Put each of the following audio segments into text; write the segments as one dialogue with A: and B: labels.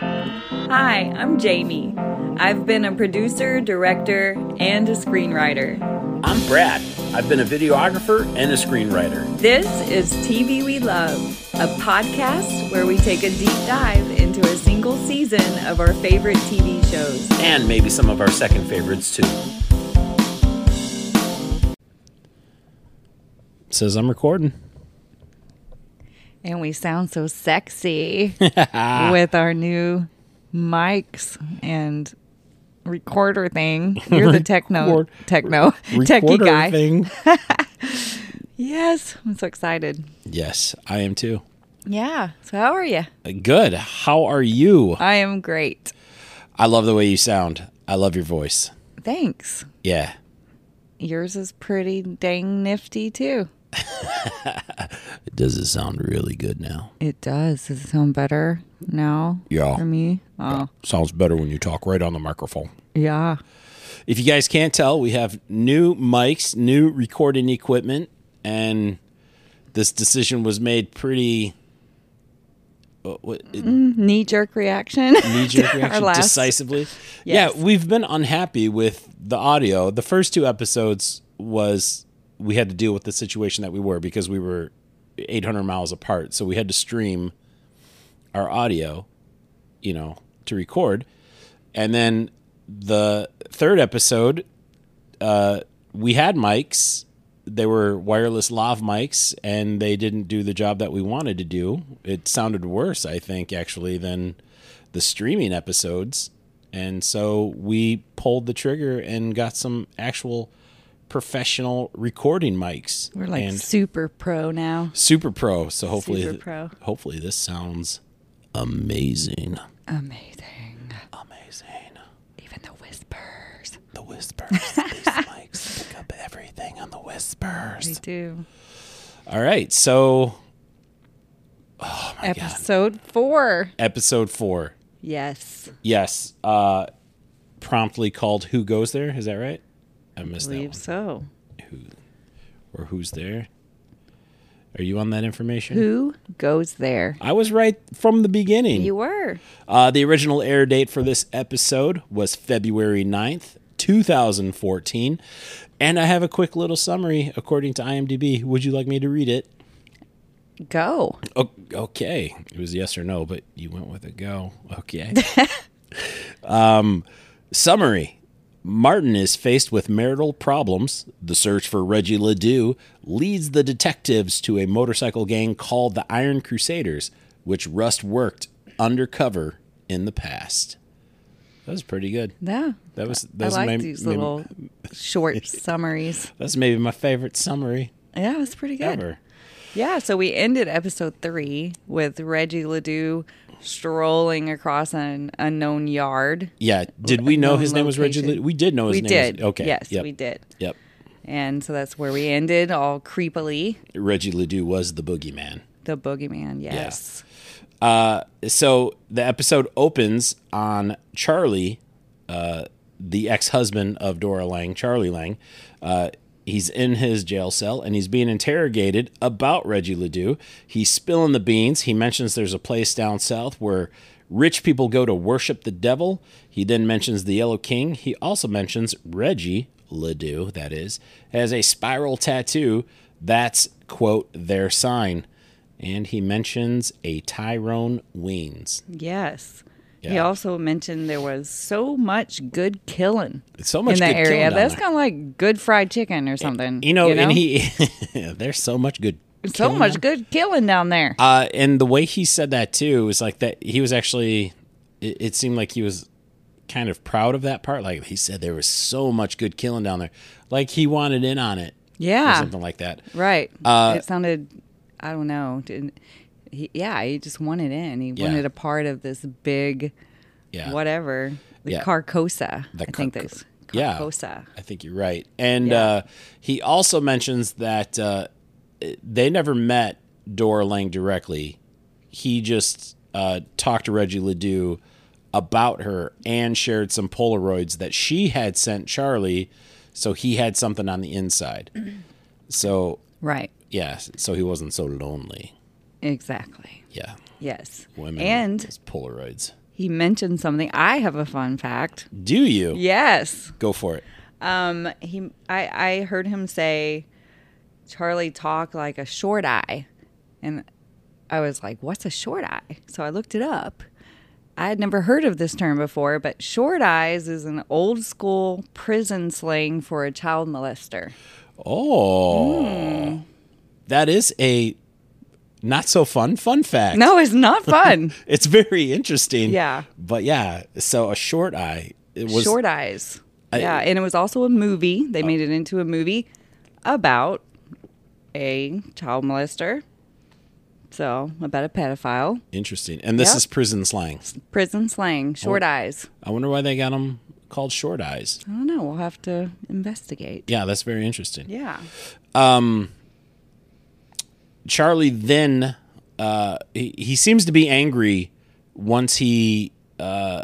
A: Hi, I'm Jamie. I've been a producer, director, and a screenwriter.
B: I'm Brad. I've been a videographer and a screenwriter.
A: This is TV We Love, a podcast where we take a deep dive into a single season of our favorite TV shows.
B: and maybe some of our second favorites too. Says I'm recording.
A: And we sound so sexy with our new mics and recorder thing. You're the techno,
B: Record-
A: techno, techie
B: Recorder
A: guy.
B: Thing.
A: Yes, I'm so excited.
B: yes, I am too.
A: Yeah. So, how are you?
B: Good. How are you?
A: I am great.
B: I love the way you sound. I love your voice.
A: Thanks.
B: Yeah.
A: Yours is pretty dang nifty too.
B: Does it sound really good now?
A: It does. Does it sound better now?
B: Yeah.
A: For me? Oh,
B: Sounds better when you talk right on the microphone.
A: yeah.
B: If you guys can't tell, we have new mics, new recording equipment, and this decision was made pretty what, what,
A: Knee jerk reaction.
B: knee-jerk
A: Our
B: reaction
A: last-
B: decisively.
A: Yes.
B: Yeah, we've been unhappy with the audio. The first two episodes was we had to deal with the situation that we were because we were 800 miles apart, so we had to stream our audio, you know, to record. And then the third episode, uh, we had mics. They were wireless lav mics, and they didn't do the job that we wanted to do. It sounded worse, I think, actually, than the streaming episodes. And so we pulled the trigger and got some actual professional recording mics.
A: We're like
B: and
A: super pro now.
B: super pro. So hopefully,
A: Super pro.
B: hopefully this sounds amazing.
A: Amazing.
B: Amazing.
A: Even the whispers.
B: The whispers. These mics pick up everything on the
A: They
B: whispers.
A: do.
B: All right. So
A: Episode four.
B: episode four.
A: Yes.
B: Yes. Uh, promptly called Who Goes There? Is that right? I missed that
A: believe
B: one.
A: so.
B: Or Who's There? Are you on that information?
A: Who goes there?
B: I was right from the beginning.
A: You were.
B: Uh, the original air date for this episode was February 9th, 2014. And I have a quick little summary according to IMDb. Would you like me to read it?
A: Go.
B: O- okay. It was yes or no, but you went with a go. Okay. Um, Summary Martin is faced with marital problems. The search for Reggie Ledoux leads the detectives to a motorcycle gang called the Iron Crusaders, which Rust worked undercover in the past. That was pretty good.
A: Yeah.
B: That was that
A: I
B: was
A: like
B: my-
A: these
B: maybe-
A: little short summaries.
B: that's maybe my favorite summary
A: Yeah, it was pretty good.
B: ever.
A: Yeah, so we ended episode three with Reggie Ledoux strolling across an unknown yard.
B: Yeah. Did we know
A: Unknown
B: his name was Reggie?
A: location.
B: Lee? We did know his
A: we
B: name.
A: did.
B: Was, okay.
A: Yes,
B: Yep.
A: we did.
B: Yep.
A: And so that's where we ended, all creepily.
B: Reggie Ledoux was the boogeyman.
A: The boogeyman, yes.
B: so the episode opens on Charlie, uh, the ex-husband of Dora Lang, Charlie Lang. Uh, he's in his jail cell and he's being interrogated about Reggie Ledoux. He's spilling the beans. He mentions there's a place down south where rich people go to worship the devil. He then mentions the Yellow King. He also mentions Reggie Ledoux, that is, has a spiral tattoo. That's quote their sign and he mentions a Tyrone Weens.
A: Yes. He
B: Yeah.
A: also mentioned there was so much good killing
B: So much
A: in that
B: good killing
A: area.
B: down
A: That's
B: there.
A: kind of like good fried chicken or something.
B: You know, and he there's so much good.
A: so
B: killing
A: much
B: down-
A: good killing down there.
B: Uh, and the way he said that too was like that. He was actually. It, it seemed like he was kind of proud of that part. Like he said, there was so much good killing down there. Like he wanted in on it. Or
A: yeah.
B: something like that.
A: Right.
B: Uh,
A: it sounded, I don't know. Didn't, he, yeah, he just wanted in. He
B: Yeah.
A: wanted a part of this big
B: Yeah.
A: whatever. The
B: Yeah.
A: Carcosa.
B: The
A: I think
B: Carco-
A: that's
B: Yeah.
A: Carcosa.
B: I think you're right. And
A: Yeah.
B: uh, he also mentions that uh, they never met Dora Lang directly. He just uh, talked to Reggie Ledoux about her and shared some Polaroids that she had sent Charlie. So he had something on the inside. So,
A: Right.
B: yeah, so he wasn't so lonely.
A: Exactly.
B: Yeah.
A: Yes.
B: Women.
A: And
B: those Polaroids.
A: he mentioned something. I have a fun fact.
B: Do you?
A: Yes.
B: Go for it.
A: Um, he, I, I heard him say, Charlie talk like a short eye. And I was like, what's a short eye? So I looked it up. I had never heard of this term before, but short eyes is an old school prison slang for a child molester.
B: Oh. That is a not so fun fun fact.
A: No, it's not fun.
B: It's very interesting.
A: Yeah.
B: But yeah, so a short eye. It was
A: Short Eyes. yeah, and it was also a movie. They made it into a movie about a child molester. So, about a pedophile.
B: interesting. And this
A: Yep.
B: is prison slang.
A: Prison slang, short eyes.
B: I wonder why they got them called short eyes.
A: I don't know. We'll have to investigate.
B: Yeah, that's very interesting.
A: Yeah.
B: Charlie then uh, he, he seems to be angry once he uh,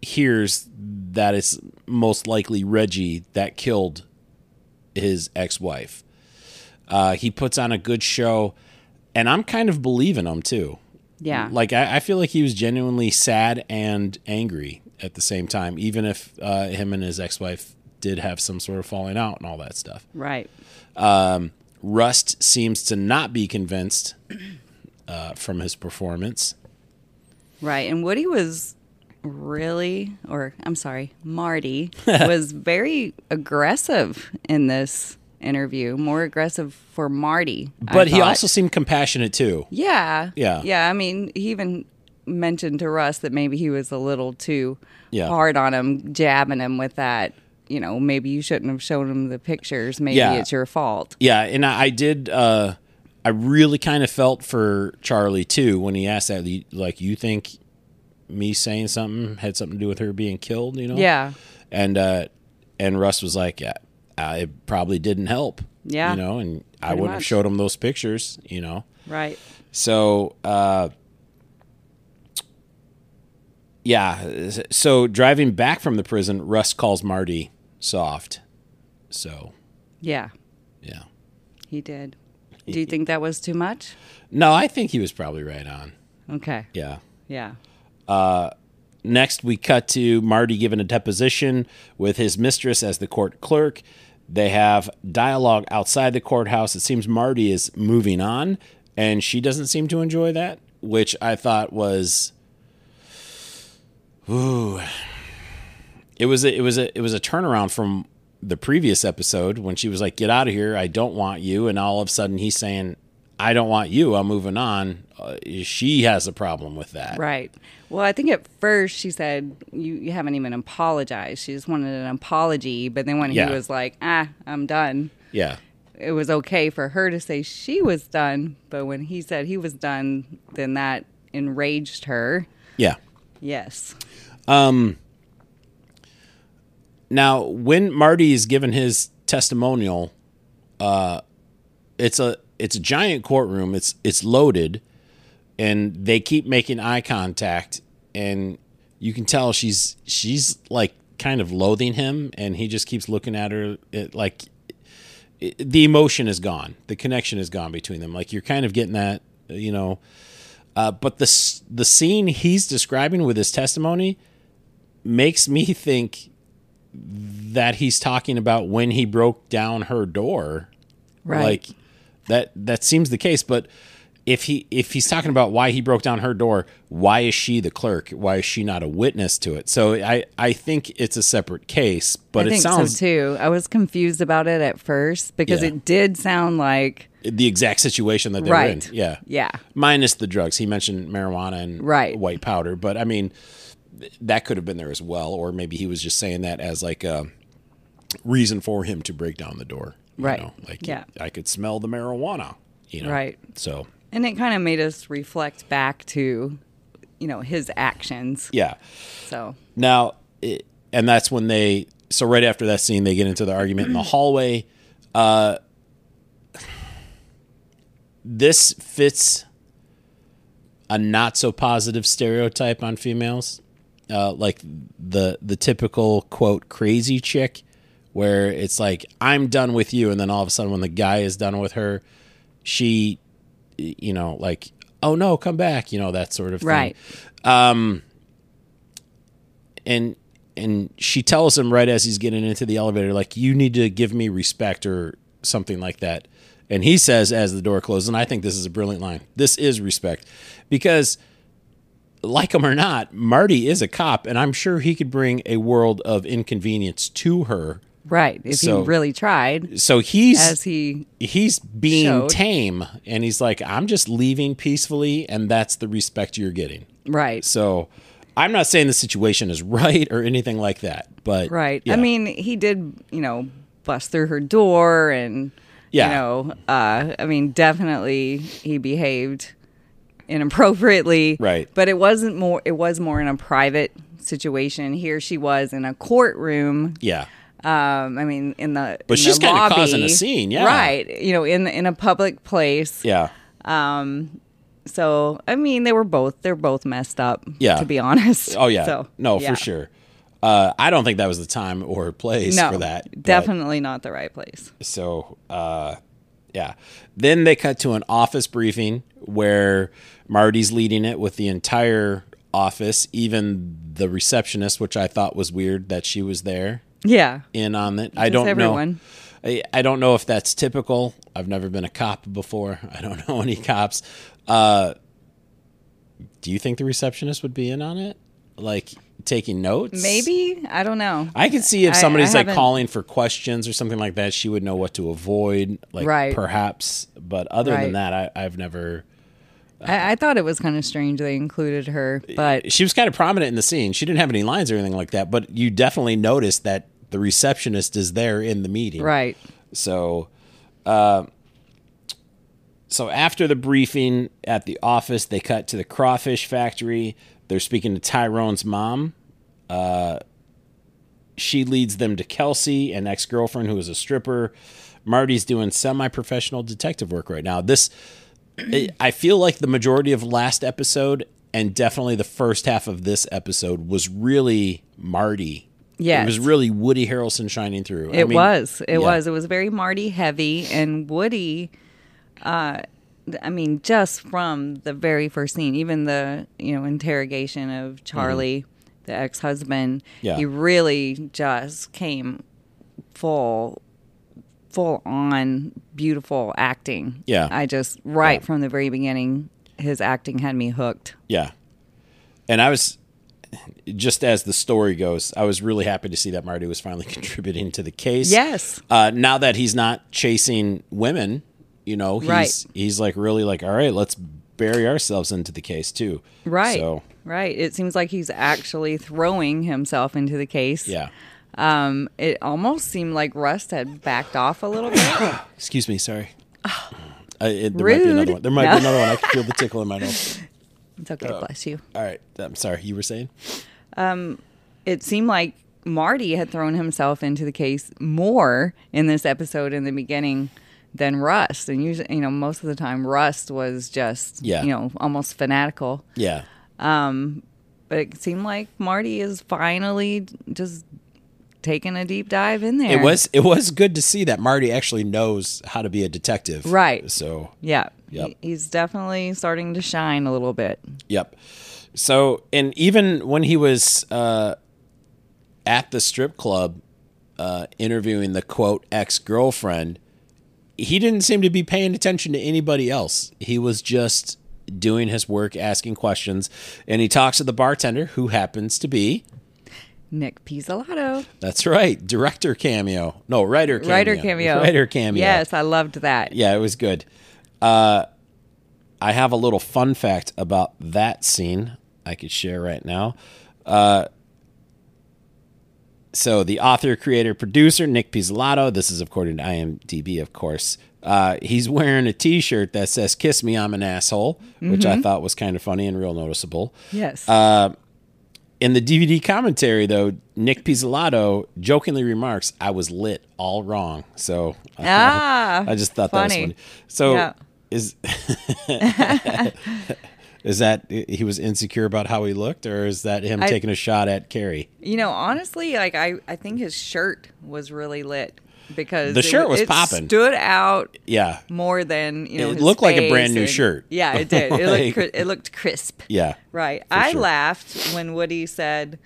B: hears that it's most likely Reggie that killed his ex-wife. Uh, he puts on a good show, and I'm kind of believing him too.
A: Yeah.
B: Like I, I feel like he was genuinely sad and angry at the same time, even if uh, him and his ex-wife did have some sort of falling out and all that stuff.
A: right.
B: Rust seems to not be convinced uh, from his performance.
A: Right. And Woody was really, or I'm sorry, Marty was very aggressive in this interview, more aggressive for Marty. I
B: But he
A: thought.
B: also seemed compassionate too.
A: Yeah.
B: Yeah.
A: Yeah. I mean, he even mentioned to Russ that maybe he was a little too
B: Yeah.
A: hard on him, jabbing him with that. You know, maybe you shouldn't have shown him the pictures. Maybe
B: Yeah.
A: it's your fault.
B: Yeah, and I, I did. Uh, I really kind of felt for Charlie too when he asked that. Like, you think me saying something had something to do with her being killed? You know?
A: Yeah.
B: And uh, and Russ was like, yeah, I, it probably didn't help.
A: Yeah.
B: You know, and I
A: Pretty
B: wouldn't have
A: much.
B: showed him those pictures. You know.
A: Right.
B: So, uh, yeah. So driving back from the prison, Russ calls Marty soft. So,
A: Yeah.
B: yeah.
A: He did. Do you think that was too much?
B: No, I think he was probably right on.
A: Okay.
B: Yeah.
A: Yeah.
B: Next, we cut to Marty giving a deposition with his mistress as the court clerk. They have dialogue outside the courthouse. It seems Marty is moving on, and she doesn't seem to enjoy that, which I thought was, ooh, it was a, it was a it was a turnaround from the previous episode when she was like, "Get out of here! I don't want you," and all of a sudden he's saying, "I don't want you. I'm moving on." Uh, she has a problem with that.
A: Right. Well, I think at first she said, you, you haven't even apologized. She just wanted an apology. But then when
B: Yeah.
A: he was like, ah, I'm done,
B: Yeah.
A: it was okay for her to say she was done, but when he said he was done, then that enraged her.
B: Yeah.
A: Yes.
B: Now, when Marty is given his testimonial, uh, it's a it's a giant courtroom. It's it's loaded, and they keep making eye contact, and you can tell she's she's like kind of loathing him, and he just keeps looking at her it, like it, the emotion is gone, the connection is gone between them. Like you're kind of getting that, you know. Uh, but the s- the scene he's describing with his testimony makes me think that he's talking about when he broke down her door. Like that that seems the case, but if he if he's talking about why he broke down her door, why is she the clerk? Why is she not a witness to it? So I I think it's a separate case, but
A: I
B: it
A: think
B: sounds
A: so too. I was confused about it at first because
B: Yeah.
A: it did sound like
B: the exact situation that they're
A: right.
B: in. Yeah.
A: Yeah.
B: Minus the drugs. He mentioned marijuana and
A: Right.
B: white powder, but I mean th- that could have been there as well or maybe he was just saying that as like a reason for him to break down the door. you
A: Right.
B: know? Like
A: Yeah.
B: I could smell the marijuana, you know.
A: Right.
B: So,
A: And it kind of made us reflect back to, you know, his actions.
B: yeah.
A: So,
B: Now, it, and that's when they. So right after that scene, they get into the argument in the hallway. Uh, this fits a not so positive stereotype on females, uh, like the the typical quote crazy chick, where it's like I'm done with you, and then all of a sudden when the guy is done with her, she, you know, like oh no, come back, you know, that sort of thing.
A: Right.
B: and and she tells him right as he's getting into the elevator like you need to give me respect or something like that and he says as the door closes and i think this is a brilliant line this is respect because like him or not marty is a cop and i'm sure he could bring a world of inconvenience to her
A: Right. If
B: So-
A: he really tried,
B: so he's
A: as he
B: he's being
A: showed.
B: tame and he's like i'm just leaving peacefully and that's the respect you're getting
A: right.
B: so i'm not saying the situation is right or anything like that but
A: Right.
B: yeah.
A: I mean, he did, you know, bust through her door and,
B: Yeah.
A: you know, uh, I mean, definitely he behaved inappropriately.
B: Right.
A: But it wasn't more, it was more in a private situation. Here she was in a courtroom.
B: yeah
A: Um, I mean, in the
B: But
A: in
B: she's
A: the
B: kinda
A: lobby.
B: causing a scene, yeah.
A: right? You know, in in a public place.
B: Yeah.
A: So I mean, they were both they're both messed up.
B: Yeah.
A: to be honest.
B: Oh yeah.
A: So
B: no,
A: yeah.
B: for sure. Uh, I don't think that was the time or place
A: No,
B: for that. but-
A: definitely not the right place.
B: So, uh, yeah. Then they cut to an office briefing where Marty's leading it with the entire office, even the receptionist, which I thought was weird that she was there
A: Yeah.
B: in on it. I don't know.
A: everyone.
B: I, I don't know if that's typical. I've never been a cop before. I don't know any cops. Uh, do you think the receptionist would be in on it? Like taking notes?
A: Maybe I don't know.
B: I could see if
A: I-
B: somebody's
A: I
B: like
A: haven't-
B: calling for questions or something like that, she would know what to avoid, like
A: Right.
B: perhaps. But other than
A: Right.
B: that, I, I've never.
A: I, I thought it was kind of strange they included her, but
B: She was kind of prominent in the scene. She didn't have any lines or anything like that, but you definitely noticed that the receptionist is there in the meeting.
A: right,
B: So, uh, so after the briefing at the office, they cut to the crawfish factory. They're speaking to Tyrone's mom. Uh, she leads them to Kelsey, an ex girlfriend who is a stripper. Marty's doing semi professional detective work right now. This, I- I feel like the majority of last episode and definitely the first half of this episode was really Marty.
A: Yes.
B: It was really Woody Harrelson shining through. I
A: it
B: mean,
A: was, it
B: yeah.
A: was, it was very Marty heavy and Woody. Uh, th- I mean, just from the very first scene, even the you know interrogation of Charlie, the ex husband,
B: Mm-hmm. Yeah.
A: he really just came full, full on beautiful acting.
B: Yeah.
A: I just right from the very beginning, his acting had me hooked.
B: Yeah. And I was just as the story goes, I was really happy to see that Marty was finally contributing to the case.
A: Yes.
B: Uh, now that he's not chasing women, you know, he's
A: Right.
B: he's like really like, all right, let's bury ourselves into the case too.
A: Right.
B: So
A: Right. It seems like he's actually throwing himself into the case.
B: yeah.
A: Um, it almost seemed like Rust had backed off a little bit.
B: Excuse me, sorry. Uh, it, there might be another
A: Rude.
B: one. There might
A: No.
B: be another one. I can feel the tickle in my nose.
A: It's okay, bless you.
B: All right. I'm sorry. You were saying?
A: It seemed like Marty had thrown himself into the case more in this episode in the beginning than Rust. And usually, you know, most of the time Rust was just,
B: Yeah.
A: you know, almost fanatical.
B: Yeah.
A: But it seemed like Marty is finally just taking a deep dive in there.
B: It was it was good to see that Marty actually knows how to be a detective.
A: Right.
B: So
A: Yeah.
B: Yep.
A: He- He's definitely starting to shine a little bit.
B: Yep. So, and even when he was uh, at the strip club uh, interviewing the quote ex girlfriend, he didn't seem to be paying attention to anybody else. He was just doing his work, asking questions, and he talks to the bartender, who happens to be
A: Nick Pizzolatto.
B: that's right, director cameo, no writer cameo,
A: Writer cameo.
B: writer cameo.
A: Yes, I loved that.
B: Yeah, it was good. Uh, I have a little fun fact about that scene I could share right now. Uh, so the author, creator, producer Nick Pizzolatto. This is according to IMDb, of course. Uh, he's wearing a T-shirt that says "Kiss me, I'm an asshole," which I thought was kind of funny and real noticeable.
A: Yes.
B: Uh, In the DVD commentary, though, Nick Pizzolatto jokingly remarks, "I was lit all wrong." So
A: ah.
B: I just thought that was
A: Funny.
B: funny. So
A: Yeah.
B: is is that he was insecure about how he looked, or is that him
A: I-
B: taking a shot at Carrie?
A: you know, honestly, like I, I think his shirt was really lit. because
B: The
A: it
B: shirt
A: w-
B: was
A: it
B: popping.
A: Stood out
B: Yeah.
A: more than you know.
B: It
A: his
B: looked like a brand
A: face
B: new
A: and-
B: shirt.
A: Yeah, it did. It
B: Like-
A: looked cri- it looked crisp.
B: Yeah.
A: Right. I
B: sure.
A: laughed when Woody said,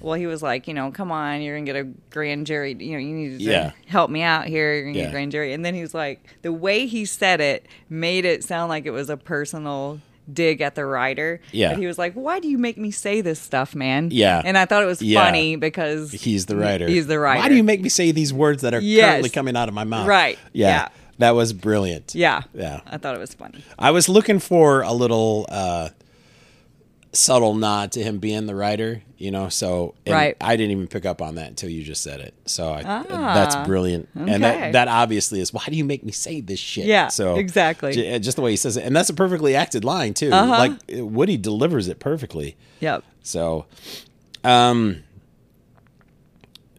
A: well, he was like, you know, come on, you're going to get a grand jury. You know, you need to
B: Yeah.
A: help me out here. You're going to get
B: Yeah.
A: a grand jury. And then he was like, the way he said it made it sound like it was a personal dig at the writer.
B: Yeah.
A: But he was like, why do you make me say this stuff, man?
B: Yeah.
A: And I thought it was
B: Yeah.
A: funny because
B: He's the writer.
A: He's the writer.
B: Why do you make me say these words that are
A: Yes.
B: currently coming out of my mouth?
A: Right.
B: Yeah.
A: Yeah.
B: That was brilliant.
A: Yeah.
B: Yeah.
A: I thought it was funny.
B: I was looking for a little uh, subtle nod to him being the writer, you know. So and
A: Right. Ah,
B: I didn't even pick up on that until you just said it. So I, that's brilliant, and
A: okay.
B: that that obviously is why do you make me say this shit?
A: Yeah,
B: so
A: exactly. Uh-huh.
B: j- uh, just the way he says it, and that's a perfectly acted line too. Like Woody delivers it perfectly.
A: Yep.
B: So, um,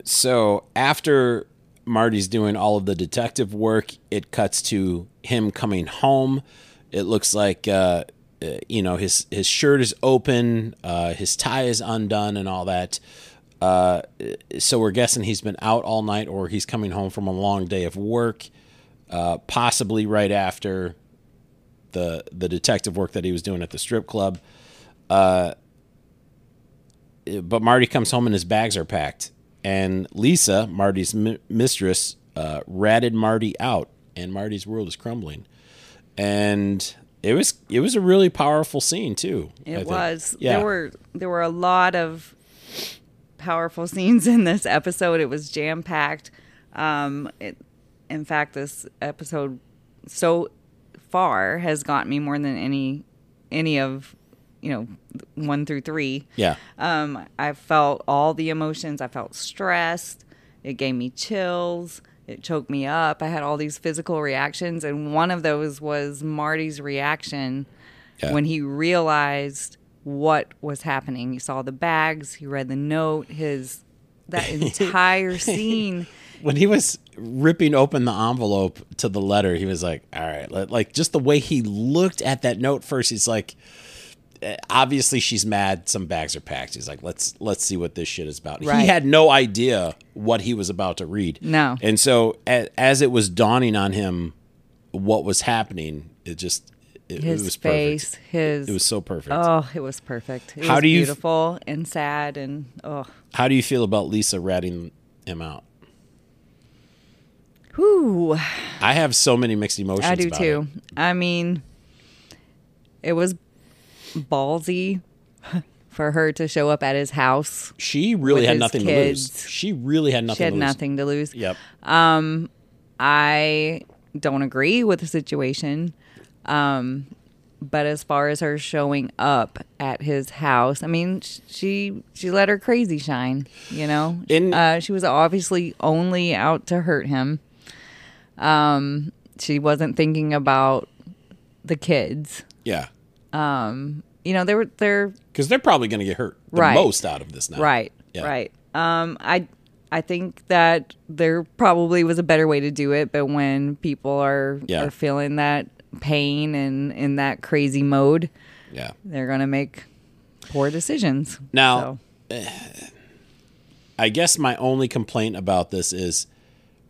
B: so after Marty's doing all of the detective work, it cuts to him coming home. It looks like, uh, uh, you know, his his shirt is open, uh, his tie is undone, and all that. Uh, so we're guessing he's been out all night, or he's coming home from a long day of work, uh, possibly right after the the detective work that he was doing at the strip club Uh, but Marty comes home and his bags are packed. And Lisa, Marty's mi- mistress, uh, ratted Marty out, and Marty's world is crumbling. And it was it was a really powerful scene too. I
A: It
B: think.
A: was.
B: Yeah.
A: There were there were a lot of powerful scenes in this episode. It was jam packed. Um, it, in fact, this episode so far has got me more than any any of you know one through three.
B: yeah,
A: Um, I felt all the emotions. I felt stressed. It gave me chills. It choked me up. I had all these physical reactions, and one of those was Marty's reaction
B: Yeah.
A: when he realized what was happening. He saw the bags. He read the note. His that entire scene.
B: when he was ripping open the envelope to the letter, he was like, "All right," let- like just the way he looked at that note first. He's like, eh, "Obviously, she's mad. Some bags are packed." He's like, "Let's let's see what this shit is about." He
A: Right.
B: had no idea what he was about to read.
A: No.
B: and so a, as it was dawning on him what was happening, it just it,
A: His
B: it was
A: face. His
B: perfect. It was so perfect.
A: oh, it was perfect. It
B: How
A: was
B: do you f-
A: beautiful and sad and oh.
B: How do you feel about Lisa ratting him out?
A: Whew.
B: I have so many mixed emotions.
A: I do
B: about
A: too. I mean, it was ballsy for her to show up at his house.
B: it. She really
A: With
B: had
A: his
B: nothing to lose.
A: kids.
B: She really had nothing.
A: She had
B: to lose.
A: nothing to lose.
B: Yep.
A: I don't agree with the situation. Um, but as far as her showing up at his house, I mean, sh- she she let her crazy shine. You know,
B: In-
A: uh, she was obviously only out to hurt him. Um, she wasn't thinking about the kids.
B: Yeah.
A: You know, they were they're
B: Because they're probably going to get hurt the
A: Right.
B: most out of this now.
A: Right.
B: Yeah.
A: Right. Um, I I think that there probably was a better way to do it, but when people are
B: Yeah.
A: are feeling that pain and in that crazy mode,
B: Yeah.
A: they're gonna make poor decisions.
B: Now- I guess my only complaint about this is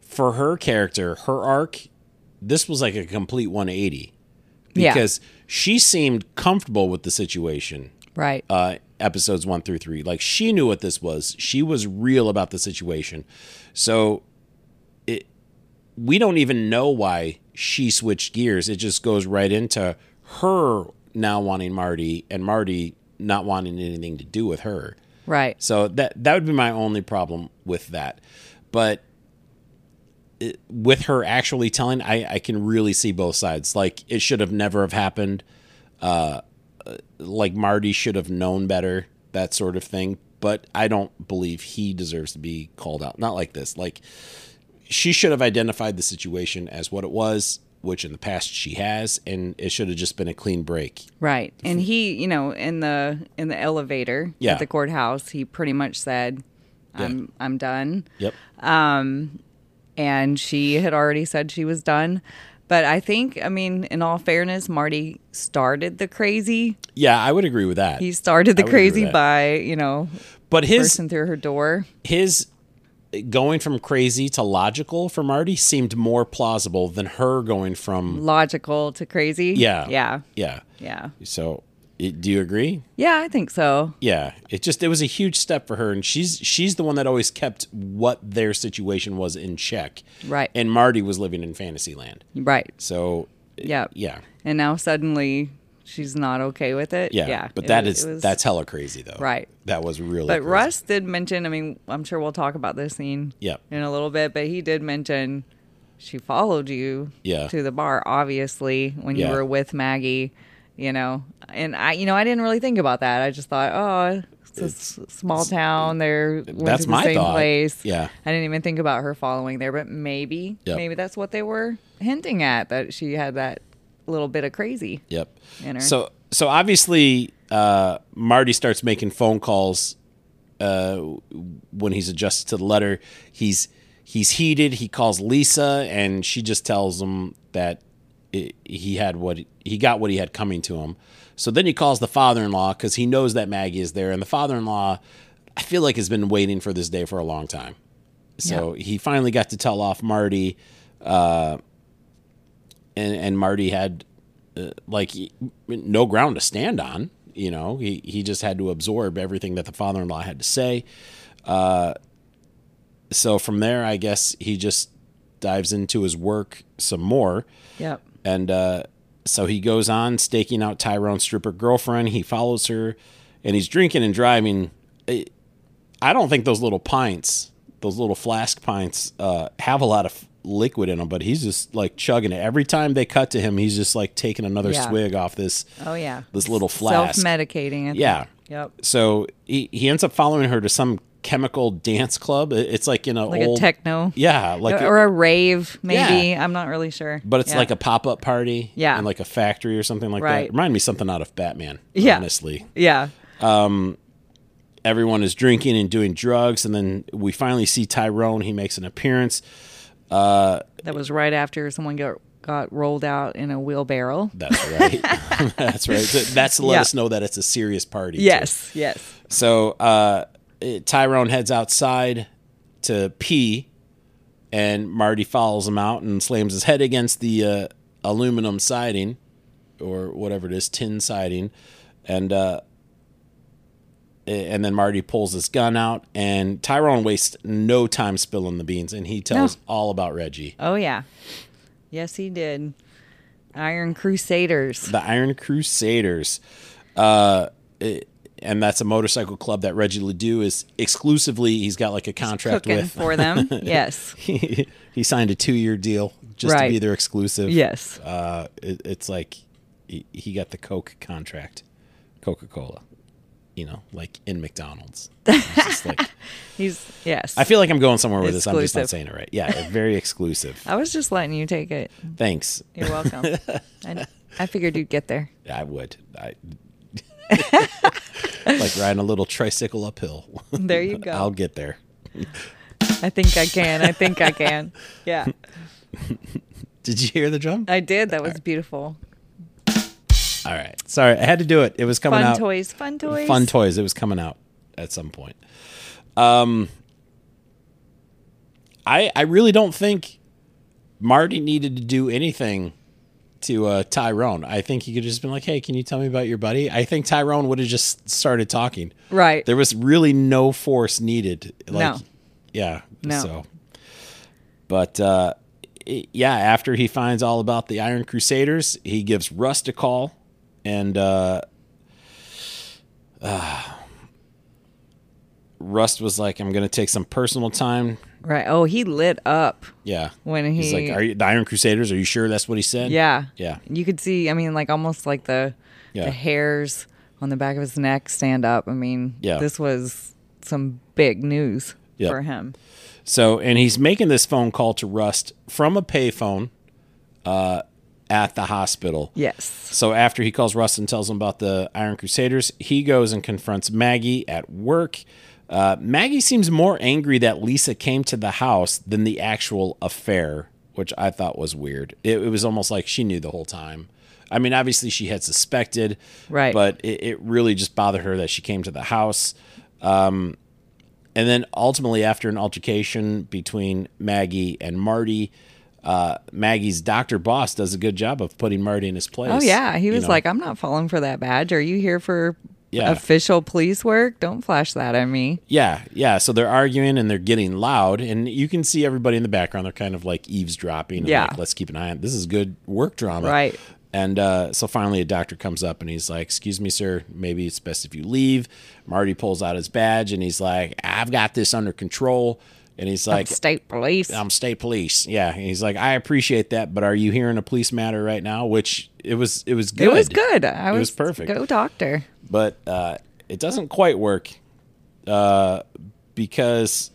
B: for her character, her arc, this was like a complete 180
A: Yeah.
B: because she seemed comfortable with the situation.
A: So, right.
B: uh, episodes one through three. Like she knew what this was. She was real about the situation. So it we don't even know why she switched gears. It just goes right into her now wanting Marty and Marty not wanting anything to do with her.
A: right.
B: So that that would be my only problem with that. But it, with her actually telling, I I can really see both sides. Like it should have never have happened. Uh, uh, like Marty should have known better. That sort of thing. But I don't believe he deserves to be called out. Not like this. Like she should have identified the situation as what it was, which in the past she has, and it should have just been a clean break.
A: Right. And he, you know, in the in the elevator
B: Yeah.
A: at the courthouse, he pretty much said, I'm I'm done.
B: Yep.
A: and she had already said she was done. But I think, I mean, in all fairness, Marty started the crazy.
B: Yeah, I would agree with that.
A: He started the
B: I would agree with
A: crazy
B: that.
A: by, you know,
B: but his
A: bursting through her door.
B: his going from crazy to logical for Marty seemed more plausible than her going from
A: Logical to crazy.
B: yeah,
A: Yeah.
B: yeah.
A: Yeah.
B: So, i do you agree?
A: Yeah, I think so.
B: Yeah, it just it was a huge step for her, and she's she's the one that always kept what their situation was in check,
A: Right.
B: and Marty was living in Fantasyland,
A: right.
B: so
A: Yeah.
B: yeah,
A: And now suddenly she's not okay with it.
B: yeah,
A: Yeah.
B: But
A: It
B: that
A: was-
B: is
A: it was-
B: that's hella crazy though,
A: Right.
B: That was really,
A: But
B: crazy.
A: Russ did mention, I mean, I'm sure we'll talk about this scene
B: Yep.
A: in a little bit, but he did mention she followed you
B: Yeah.
A: to the bar, obviously, when
B: Yeah.
A: you were with Maggie, you know. And I, you know, I didn't really think about that. I just thought, oh, it's a s- small town. They're went
B: that's
A: to the
B: my
A: same
B: thought.
A: place.
B: Yeah.
A: I didn't even think about her following there, but maybe,
B: Yep.
A: maybe that's what they were hinting at that she had that little bit of crazy.
B: Yep.
A: in her.
B: So so obviously uh, Marty starts making phone calls uh, when he's adjusted to the letter. He's he's heated. He calls Lisa, and she just tells him that i he had what he got what he had coming to him. So then he calls the father-in-law because he knows that Maggie is there, and the father-in-law I feel like has been waiting for this day for a long time. So he finally got to tell off Marty uh, and and Marty had uh, like he- no ground to stand on. You know, he he just had to absorb everything that the father-in-law had to say. Uh, so from there, I guess he just dives into his work some more,
A: Yep.
B: and uh, so he goes on staking out Tyrone's stripper girlfriend. He follows her, and he's drinking and driving. I I don't think those little pints, those little flask pints, uh, have a lot of liquid in them. But he's just like chugging it. Every time they cut to him, he's just like taking another
A: Yeah.
B: swig off this
A: Oh, yeah.
B: this little flask.
A: Self-medicating. I think.
B: Yeah.
A: Yep.
B: So he he ends up following her to some chemical dance club. It- It's like in a
A: Like
B: old
A: a techno.
B: Yeah, like
A: or a rave, maybe. I'm not really sure.
B: But it's
A: Yeah.
B: like a pop up party,
A: Yeah.
B: in like a factory or something like that.
A: Right.
B: Remind me something out of Batman,
A: Yeah.
B: Honestly,
A: yeah,
B: everyone is drinking and doing drugs, and then we finally see Tyrone. He makes an appearance.
A: that was right after someone got got rolled out in a wheelbarrow.
B: That's right. That's right. So That's to let
A: Yeah.
B: us know that it's a serious party. too.
A: Yes, yes,
B: So uh, it- Tyrone heads outside to pee, and Marty follows him out and slams his head against the uh, aluminum siding or whatever it is, tin siding, and uh, a- and then Marty pulls his gun out, and Tyrone wastes no time spilling the beans, and he tells all about Reggie.
A: oh yeah, yes he did. Iron Crusaders.
B: the Iron Crusaders. Uh, it- and that's a motorcycle club that Reggie Ledoux is exclusively. He's got like a contract
A: Cooking
B: with.
A: for them, yes,
B: he, he signed a two-year deal just to
A: Right.
B: be their exclusive.
A: yes,
B: Uh, it, it's like he, he got the Coke contract, Coca-Cola. You know, like in McDonald's. It's just like-
A: he's yes.
B: I feel like I'm going somewhere with this. I'm just not
A: Exclusive.
B: saying it right. Yeah, very exclusive.
A: I was just letting you take it.
B: Thanks.
A: You're welcome. I, I figured you'd get there.
B: I would. I like riding a little tricycle uphill.
A: There you go.
B: I'll get there.
A: I think I can. I think I can. Yeah,
B: Did you hear the drum?
A: I did. That was beautiful.
B: All right. Sorry, I had to do it. It was coming
A: Fun
B: out.
A: toys. Fun toys.
B: Fun toys. It was coming out at some point. Um, I I really don't think Marty needed to do anything to uh, Tyrone. I think he could have just been like, "Hey, can you tell me about your buddy?" I think Tyrone would have just started talking.
A: Right.
B: There was really no force needed. Like,
A: No.
B: Yeah.
A: No.
B: So, but uh, it- yeah, after he finds all about the Iron Crusaders, he gives Rust a call, and uh, ah, Rust was like, "I'm going to take some personal time."
A: Right. Oh, he lit up.
B: Yeah.
A: When
B: he's like,
A: he-
B: "Are you the Iron Crusaders? Are you sure that's what he said?"
A: Yeah.
B: Yeah.
A: You could see, I mean, like almost like the
B: Yeah.
A: the hairs on the back of his neck stand up. I mean,
B: Yeah.
A: this was some big news
B: Yeah.
A: for him.
B: So, and he's making this phone call to Rust from a payphone uh, at the hospital.
A: Yes.
B: So after he calls Russ and tells him about the Iron Crusaders, he goes and confronts Maggie at work. Uh, Maggie seems more angry that Lisa came to the house than the actual affair, which I thought was weird. It, it was almost like she knew the whole time. I mean, obviously she had suspected,
A: Right.
B: But it, it really just bothered her that she came to the house. and then ultimately, after an altercation between Maggie and Marty, uh, Maggie's doctor boss does a good job of putting Marty in his place.
A: Oh yeah, he
B: you
A: was
B: know?
A: like, "I'm not falling for that badge. Are you here for
B: Yeah.
A: official police work? Don't flash that at me."
B: Yeah, yeah. So they're arguing and they're getting loud, and you can see everybody in the background. They're kind of like eavesdropping. and,
A: Yeah.
B: like, Let's keep an eye on this. Is good work drama,
A: Right.
B: And uh, so finally, a doctor comes up and he's like, "Excuse me, sir. Maybe it's best if you leave." Marty pulls out his badge and he's like, "I've got this under control." And he's like,
A: State police.
B: I'm state police. Yeah. And he's like, I appreciate that, but are you hearing a police matter right now? Which it was it was good.
A: it was good. I
B: It was
A: was,
B: perfect.
A: Go doctor.
B: But uh it doesn't quite work. Uh because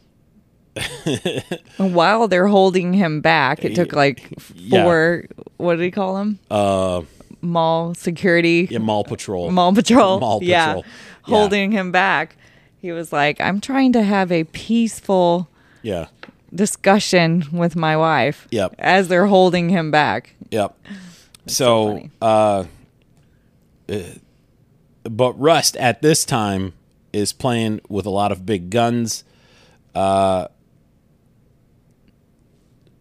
A: And While they're holding him back, it took like
B: Yeah.
A: four. What did he call him?
B: uh
A: mall security.
B: yeah, mall patrol.
A: Mall patrol.
B: Mall
A: Yeah.
B: patrol. Yeah.
A: Holding him back. He was like, I'm trying to have a peaceful
B: Yeah.
A: discussion with my wife.
B: Yep.
A: As they're holding him back.
B: Yep. So, uh, uh, but Rust at this time is playing with a lot of big guns. Uh,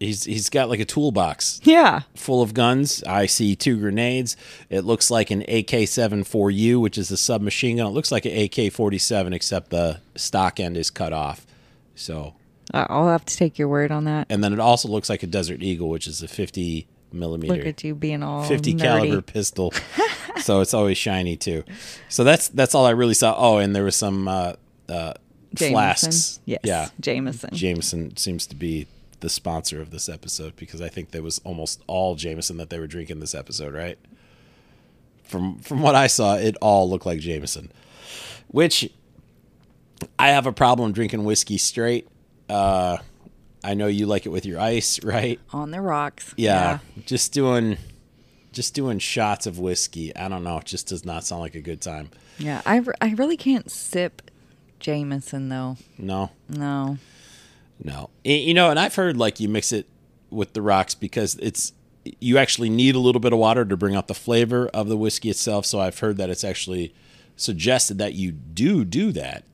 B: he's he's got like a toolbox
A: Yeah.
B: full of guns. I see two grenades. It looks like an AK-74U, which is a submachine gun. It looks like an AK-47, except the stock end is cut off. So,
A: I- Uh, I'll have to take your word on that.
B: and then it also looks like a Desert Eagle, which is a 50 millimeter.
A: Look at you being all
B: 50
A: Oh, nerdy.
B: caliber pistol. so it's always shiny too. So that's that's all I really saw. Oh, and there was some uh, uh,
A: Jameson.
B: flasks.
A: Yes.
B: Yeah.
A: Jameson.
B: Jameson seems to be the sponsor of this episode because I think that was almost all Jameson that they were drinking this episode, right? From from what I saw, it all looked like Jameson. Which I have a problem drinking whiskey straight. Uh I know you like it with your ice, right?
A: on the rocks.
B: yeah, just doing just doing shots of whiskey i don't know it just does not sound like a good time
A: Yeah. Yeah. I, re- I really can't sip Jameson, though.
B: no
A: No.
B: no Y- you know and i've heard like you mix it with the rocks because it's you actually need a little bit of water to bring out the flavor of the whiskey itself so i've heard that it's actually suggested that you do do that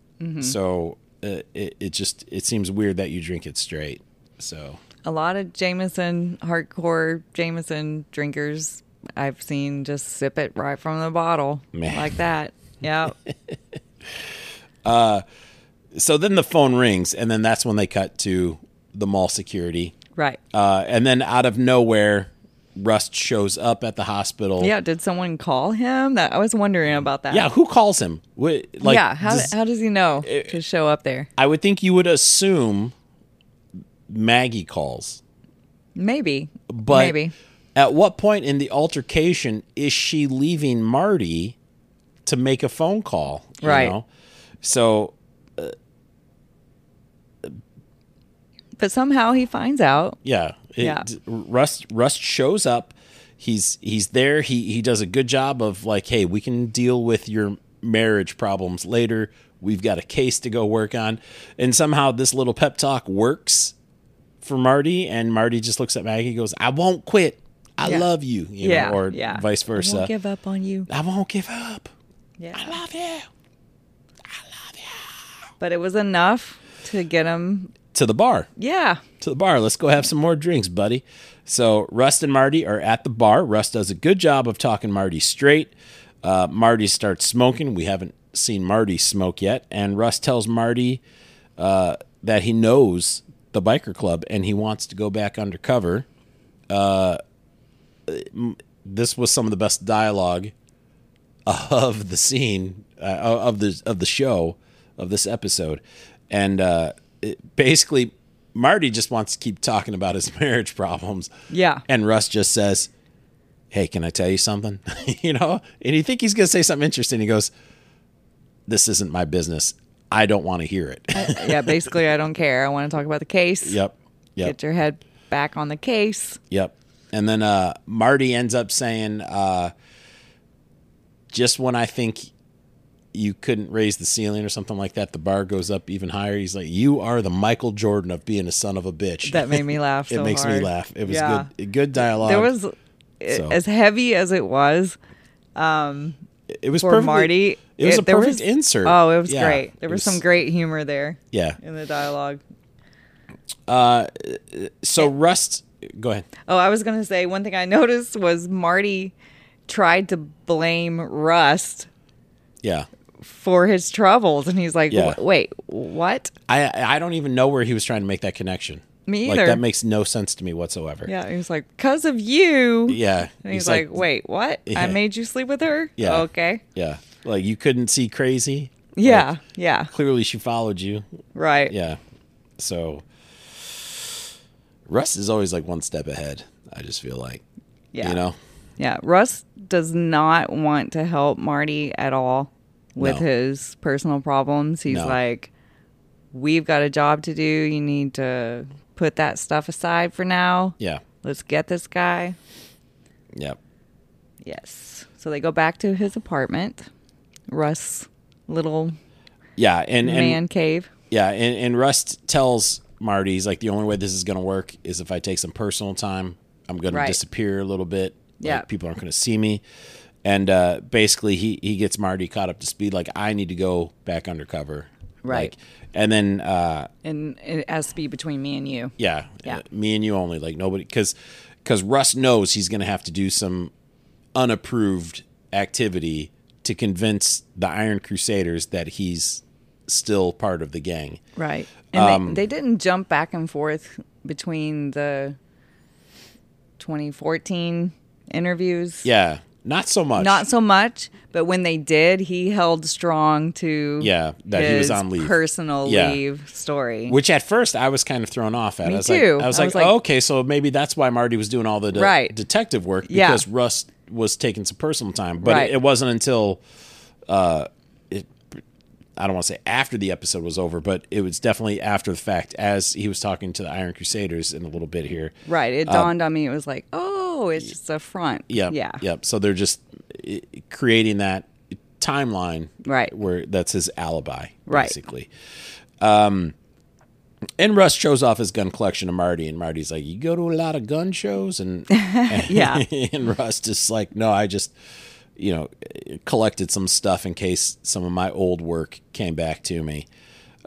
B: so uh, it, it just it seems weird that you drink it straight so
A: a lot of Jameson hardcore Jameson drinkers I've seen just sip it right from the bottle
B: Man.
A: like that. Yeah.
B: so then the phone rings and then that's when they cut to the mall security
A: right.
B: Uh, and then out of nowhere, Rust shows up at the hospital.
A: yeah, did someone call him? That I was wondering about that.
B: Yeah. Who calls him? Wh- Like,
A: yeah, how
B: does-
A: how does he know to show up there?
B: I would think you would assume Maggie calls,
A: Maybe.
B: but
A: maybe.
B: at what point in the altercation is she leaving Marty to make a phone call? you
A: Right.
B: know? So
A: But somehow he finds out.
B: Yeah. It-
A: Yeah.
B: Rust Rust shows up. He's he's there. He he does a good job of like, hey, we can deal with your marriage problems later. We've got a case to go work on. And somehow this little pep talk works for Marty and Marty just looks at Maggie and goes, I won't quit. I
A: Yeah.
B: love you. you know,
A: yeah.
B: or
A: yeah.
B: vice
A: I
B: versa.
A: won't give up on you.
B: I won't give up. I
A: Yeah.
B: love you.
A: But it was enough to get him
B: To the bar.
A: Yeah.
B: to the bar. Let's go have some more drinks, buddy. So Rust and Marty are at the bar. Rust does a good job of talking Marty straight. Uh, Marty starts smoking. We haven't seen Marty smoke yet. And Rust tells Marty uh, that he knows the biker club and he wants to go back undercover. Uh, this was some of the best dialogue of the scene uh, of the of the show of this episode, and uh, it, basically Marty just wants to keep talking about his marriage problems.
A: Yeah.
B: and Russ just says, "Hey, can I tell you something?" you know, and you think he's going to say something interesting. He goes, "This isn't my business. I don't want to hear it."
A: yeah, basically I don't care. I want to talk about the case.
B: yep, yep,
A: Get your head back on the case.
B: yep. And then uh, Marty ends up saying, uh, "Just when I think." you couldn't raise the ceiling or something like that. The bar goes up even higher. He's like, "You are the Michael Jordan of being a son of a bitch."
A: That made me laugh.
B: it
A: so
B: makes me
A: hard.
B: laugh. It was
A: Yeah.
B: good, good dialogue.
A: There was as heavy as it was
B: it was
A: for
B: perfectly-
A: Marty.
B: It It was
A: It-
B: a
A: there
B: perfect
A: was-
B: insert.
A: Oh, it was
B: Yeah,
A: great. There
B: it
A: was, some great humor there
B: Yeah.
A: in the dialogue.
B: So Rust, go ahead.
A: Oh, I was going to say one thing I noticed was Marty tried to blame Rust
B: Yeah.
A: for his troubles and he's like,
B: Yeah.
A: "Wh- "Wait, what?"
B: I I don't even know where he was trying to make that connection.
A: Me
B: Like
A: either.
B: that makes no sense to me whatsoever.
A: Yeah, he was like, "Cuz of you."
B: Yeah.
A: And he's, like, "Wait, what?
B: Yeah.
A: I made you sleep with her?"
B: Yeah.
A: Okay.
B: Yeah. Like you couldn't see crazy.
A: Yeah, yeah.
B: Clearly she followed you.
A: Right.
B: Yeah. So Russ is always like one step ahead. I just feel like.
A: Yeah.
B: You know?
A: Yeah, Russ does not want to help Marty at all with
B: No.
A: his personal problems. He's
B: No.
A: like, "We've got a job to do. You need to put that stuff aside for now.
B: Yeah.
A: Let's get this guy."
B: Yeah.
A: Yes. So they go back to his apartment, Russ' little
B: Yeah. And, and
A: man cave.
B: Yeah, and, and Rust tells Marty, he's like, the only way this is going to work is if I take some personal time. I'm going
A: Right.
B: to disappear a little bit. Like,
A: Yeah.
B: people aren't going to see me. And uh, basically, he, he gets Marty caught up to speed. Like, I need to go back undercover.
A: Right.
B: Like, and then, uh,
A: And it has to be between me and you.
B: yeah,
A: Yeah.
B: uh, me and you only. Like, nobody, because because Rust knows he's going to have to do some unapproved activity to convince the Iron Crusaders that he's still part of the gang.
A: Right. And
B: Um,
A: they, they didn't jump back and forth between the 2014 interviews.
B: Yeah. Not so much.
A: Not so much, but when they did, he held strong to
B: Yeah, that he was
A: his
B: on leave.
A: personal
B: Yeah.
A: leave story.
B: Which at first I was kind of thrown off at.
A: Me
B: I was
A: too.
B: Like, I was
A: I
B: like,
A: was like-
B: oh, okay, so maybe that's why Marty was doing all the de-
A: Right.
B: detective work
A: Yeah.
B: because Rust was taking some personal time. But
A: Right.
B: it, it wasn't until, uh, it, I don't want to say after the episode was over, but it was definitely after the fact as he was talking to the Iron Crusaders in a little bit here.
A: right. It dawned on me. It was like, oh, it's just a front.
B: uh, Yeah.
A: Yeah.
B: Yep. So they're just eh, creating that timeline.
A: Right.
B: Where that's his alibi,
A: Right.
B: basically. Um, and Russ shows off his gun collection to Marty, and Marty's like, "You go to a lot of gun shows," and
A: Yeah.
B: and Russ just like, "No, I just, you know, eh, collected some stuff in case some of my old work came back to me."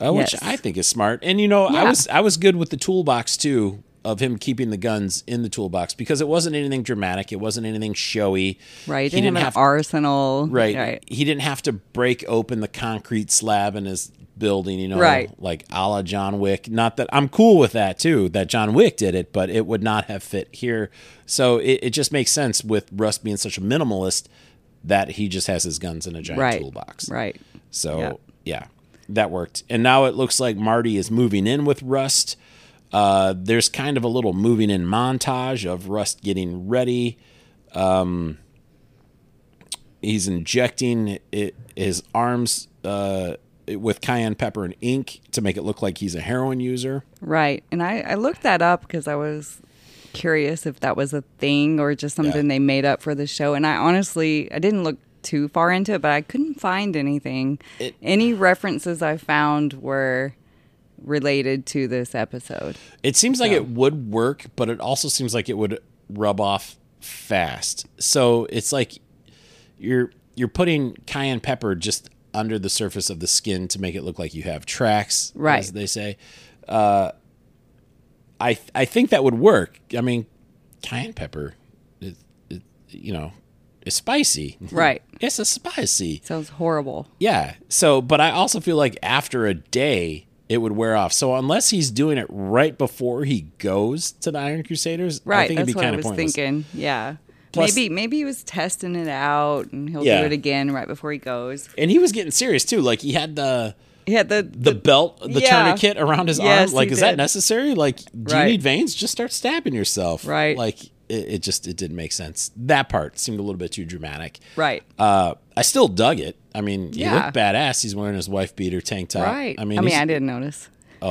B: Uh, which
A: Yes.
B: I think is smart. And you know, I
A: Yeah.
B: was I was good with the toolbox too of him keeping the guns in the toolbox because it wasn't anything dramatic, it wasn't anything showy.
A: Right.
B: He
A: didn't, have an arsenal.
B: right,
A: Right.
B: He didn't have to break open the concrete slab in his building, you know,
A: Right.
B: like a la John Wick. Not that I'm cool with that too, that John Wick did it, but it would not have fit here. So it, it just makes sense with Russ being such a minimalist that he just has his guns in a giant
A: Right.
B: toolbox.
A: Right.
B: So
A: Yeah.
B: yeah. that worked. And now it looks like Marty is moving in with Rust. Uh, there's kind of a little moving in montage of Rust getting ready. Um, he's injecting i his arms uh, with cayenne pepper and ink to make it look like he's a heroin user.
A: Right. And I, I looked that up because I was curious if that was a thing or just something they made up for the show. And I honestly, I didn't look too far into it, but I couldn't find anything.
B: It-
A: Any references I found were related to this episode.
B: It seems like it would work, but it also seems like it would rub off fast. So it's like you're you're putting cayenne pepper just under the surface of the skin to make it look like you have tracks,
A: Right.
B: As they say. Uh, I I think that would work. I mean, cayenne pepper, it, it, you know, it's spicy,
A: Right.
B: It's a spicy.
A: Sounds horrible.
B: Yeah. So, but I also feel like after a day, it would wear off. So, unless he's doing it right before he goes to the Iron Crusaders,
A: Right.
B: I think
A: that's
B: it'd be
A: what I
B: kind
A: was
B: of pointless.
A: thinking. Yeah.
B: Plus-
A: maybe maybe he was testing it out and he'll
B: Yeah.
A: do it again right before he goes.
B: And he was getting serious too. Like he had the
A: Yeah, the,
B: the belt, the
A: yeah.
B: tourniquet around his
A: Yes,
B: arm. Like,
A: he
B: is
A: did.
B: that necessary? Like, do
A: Right.
B: you need veins? Just start stabbing yourself.
A: Right.
B: Like, it, it just it didn't make sense. That part seemed a little bit too dramatic.
A: right.
B: Uh, I still dug it. I mean, he
A: Yeah.
B: looked badass. He's wearing his wife beater tank top.
A: right.
B: I mean,
A: I mean,
B: he's-
A: I didn't notice.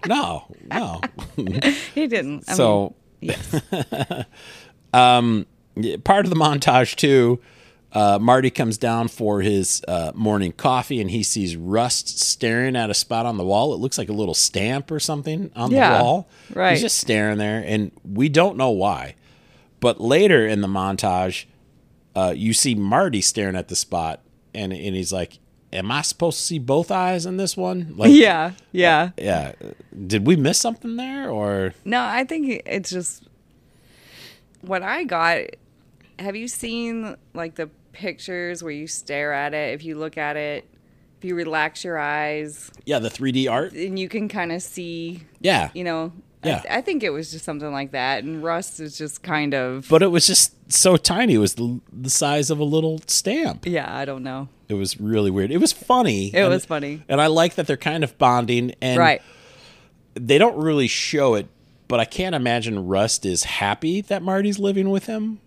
B: no, no.
A: He didn't. I
B: so.
A: mean, yes.
B: part of the montage too uh, marty comes down for his uh, morning coffee and he sees rust staring at a spot on the wall it looks like a little stamp or something on
A: Yeah,
B: the wall
A: right.
B: he's just staring there and we don't know why but later in the montage uh, you see marty staring at the spot and and he's like, "Am I supposed to see both eyes in this one?" Like,
A: Yeah. Yeah.
B: yeah. Did we miss something there, or
A: No, I think it's just what I got. Have you seen like the pictures where you stare at it? If you look at it, if you relax your eyes,
B: yeah, the 3D art?
A: and you can kind of see,
B: Yeah,
A: you know.
B: Yeah.
A: I, I think it was just something like that. And Rust is just kind of.
B: but it was just so tiny. It was the, the size of a little stamp.
A: yeah, I don't know.
B: It was really weird. It was funny.
A: It was funny.
B: and I like that they're kind of bonding. And
A: right.
B: they don't really show it, but I can't imagine Rust is happy that Marty's living with him.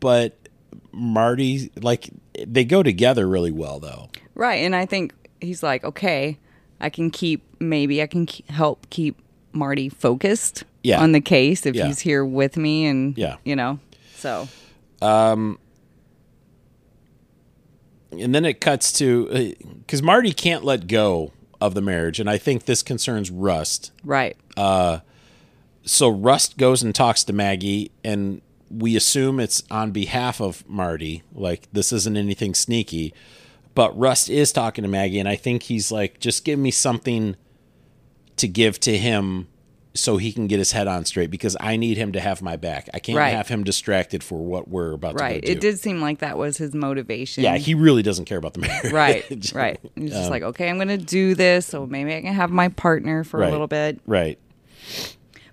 B: But Marty, like, they go together really well, though.
A: Right. And I think he's like, okay, I can keep, maybe I can ke- help keep Marty focused
B: Yeah.
A: on the case if
B: Yeah.
A: he's here with me and,
B: Yeah.
A: you know, so.
B: And then it cuts to because Marty can't let go of the marriage, and I think this concerns Rust.
A: Right.
B: So Rust goes and talks to Maggie, and we assume it's on behalf of Marty. Like this isn't anything sneaky, but Rust is talking to Maggie, and I think he's like, just give me something to give to him so he can get his head on straight because I need him to have my back. I can't
A: Right.
B: have him distracted for what we're about
A: right.
B: to go do.
A: It did seem like that was his motivation.
B: yeah, he Um, really doesn't care about the marriage.
A: right. Right. He's just like, okay, I'm going to do this. So maybe I can have my partner for
B: Right.
A: a little bit.
B: Right.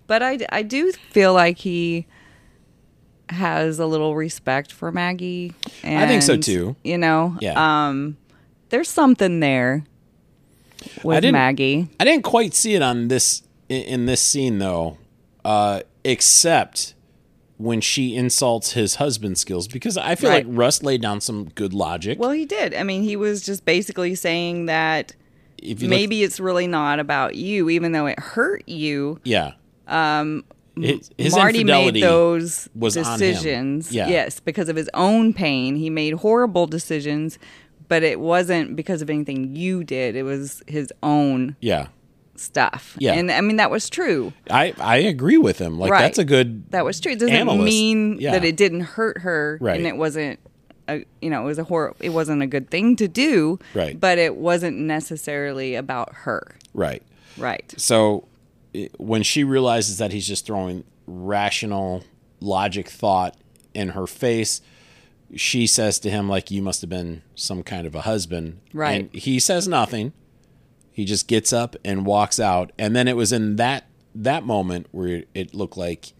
A: But I, I do feel like he has a little respect for Maggie. And,
B: I think so, too.
A: You know,
B: Yeah.
A: um, there's something there with
B: didn't-
A: Maggie.
B: I didn't quite see it on this in, in this scene though, uh, except when she insults his husband's skills because I feel
A: Right.
B: like Russ laid down some good logic.
A: Well, he did. I mean, he was just basically saying that
B: if you look-
A: maybe it's really not about you, even though it hurt you.
B: yeah. Um, his, his
A: Marty
B: infidelity.
A: made those
B: was on him.
A: decisions.
B: Yeah.
A: Yes, because of his own pain. He made horrible decisions, but it wasn't because of anything you did. It was his own
B: yeah,
A: stuff.
B: Yeah.
A: And I mean that was true.
B: I I agree with him. Like
A: Right.
B: that's a good.
A: That was true. It doesn't
B: Analyst.
A: mean
B: Yeah.
A: that it didn't hurt her
B: Right.
A: and it wasn't a, you know, it was a hor- it wasn't a good thing to do,
B: Right.
A: but it wasn't necessarily about her.
B: right.
A: Right.
B: So it- when she realizes that he's just throwing rational logic thought in her face, she says to him like you must have been some kind of a husband.
A: Right.
B: And he says nothing. He just gets up and walks out. And then it was in that that moment where it looked like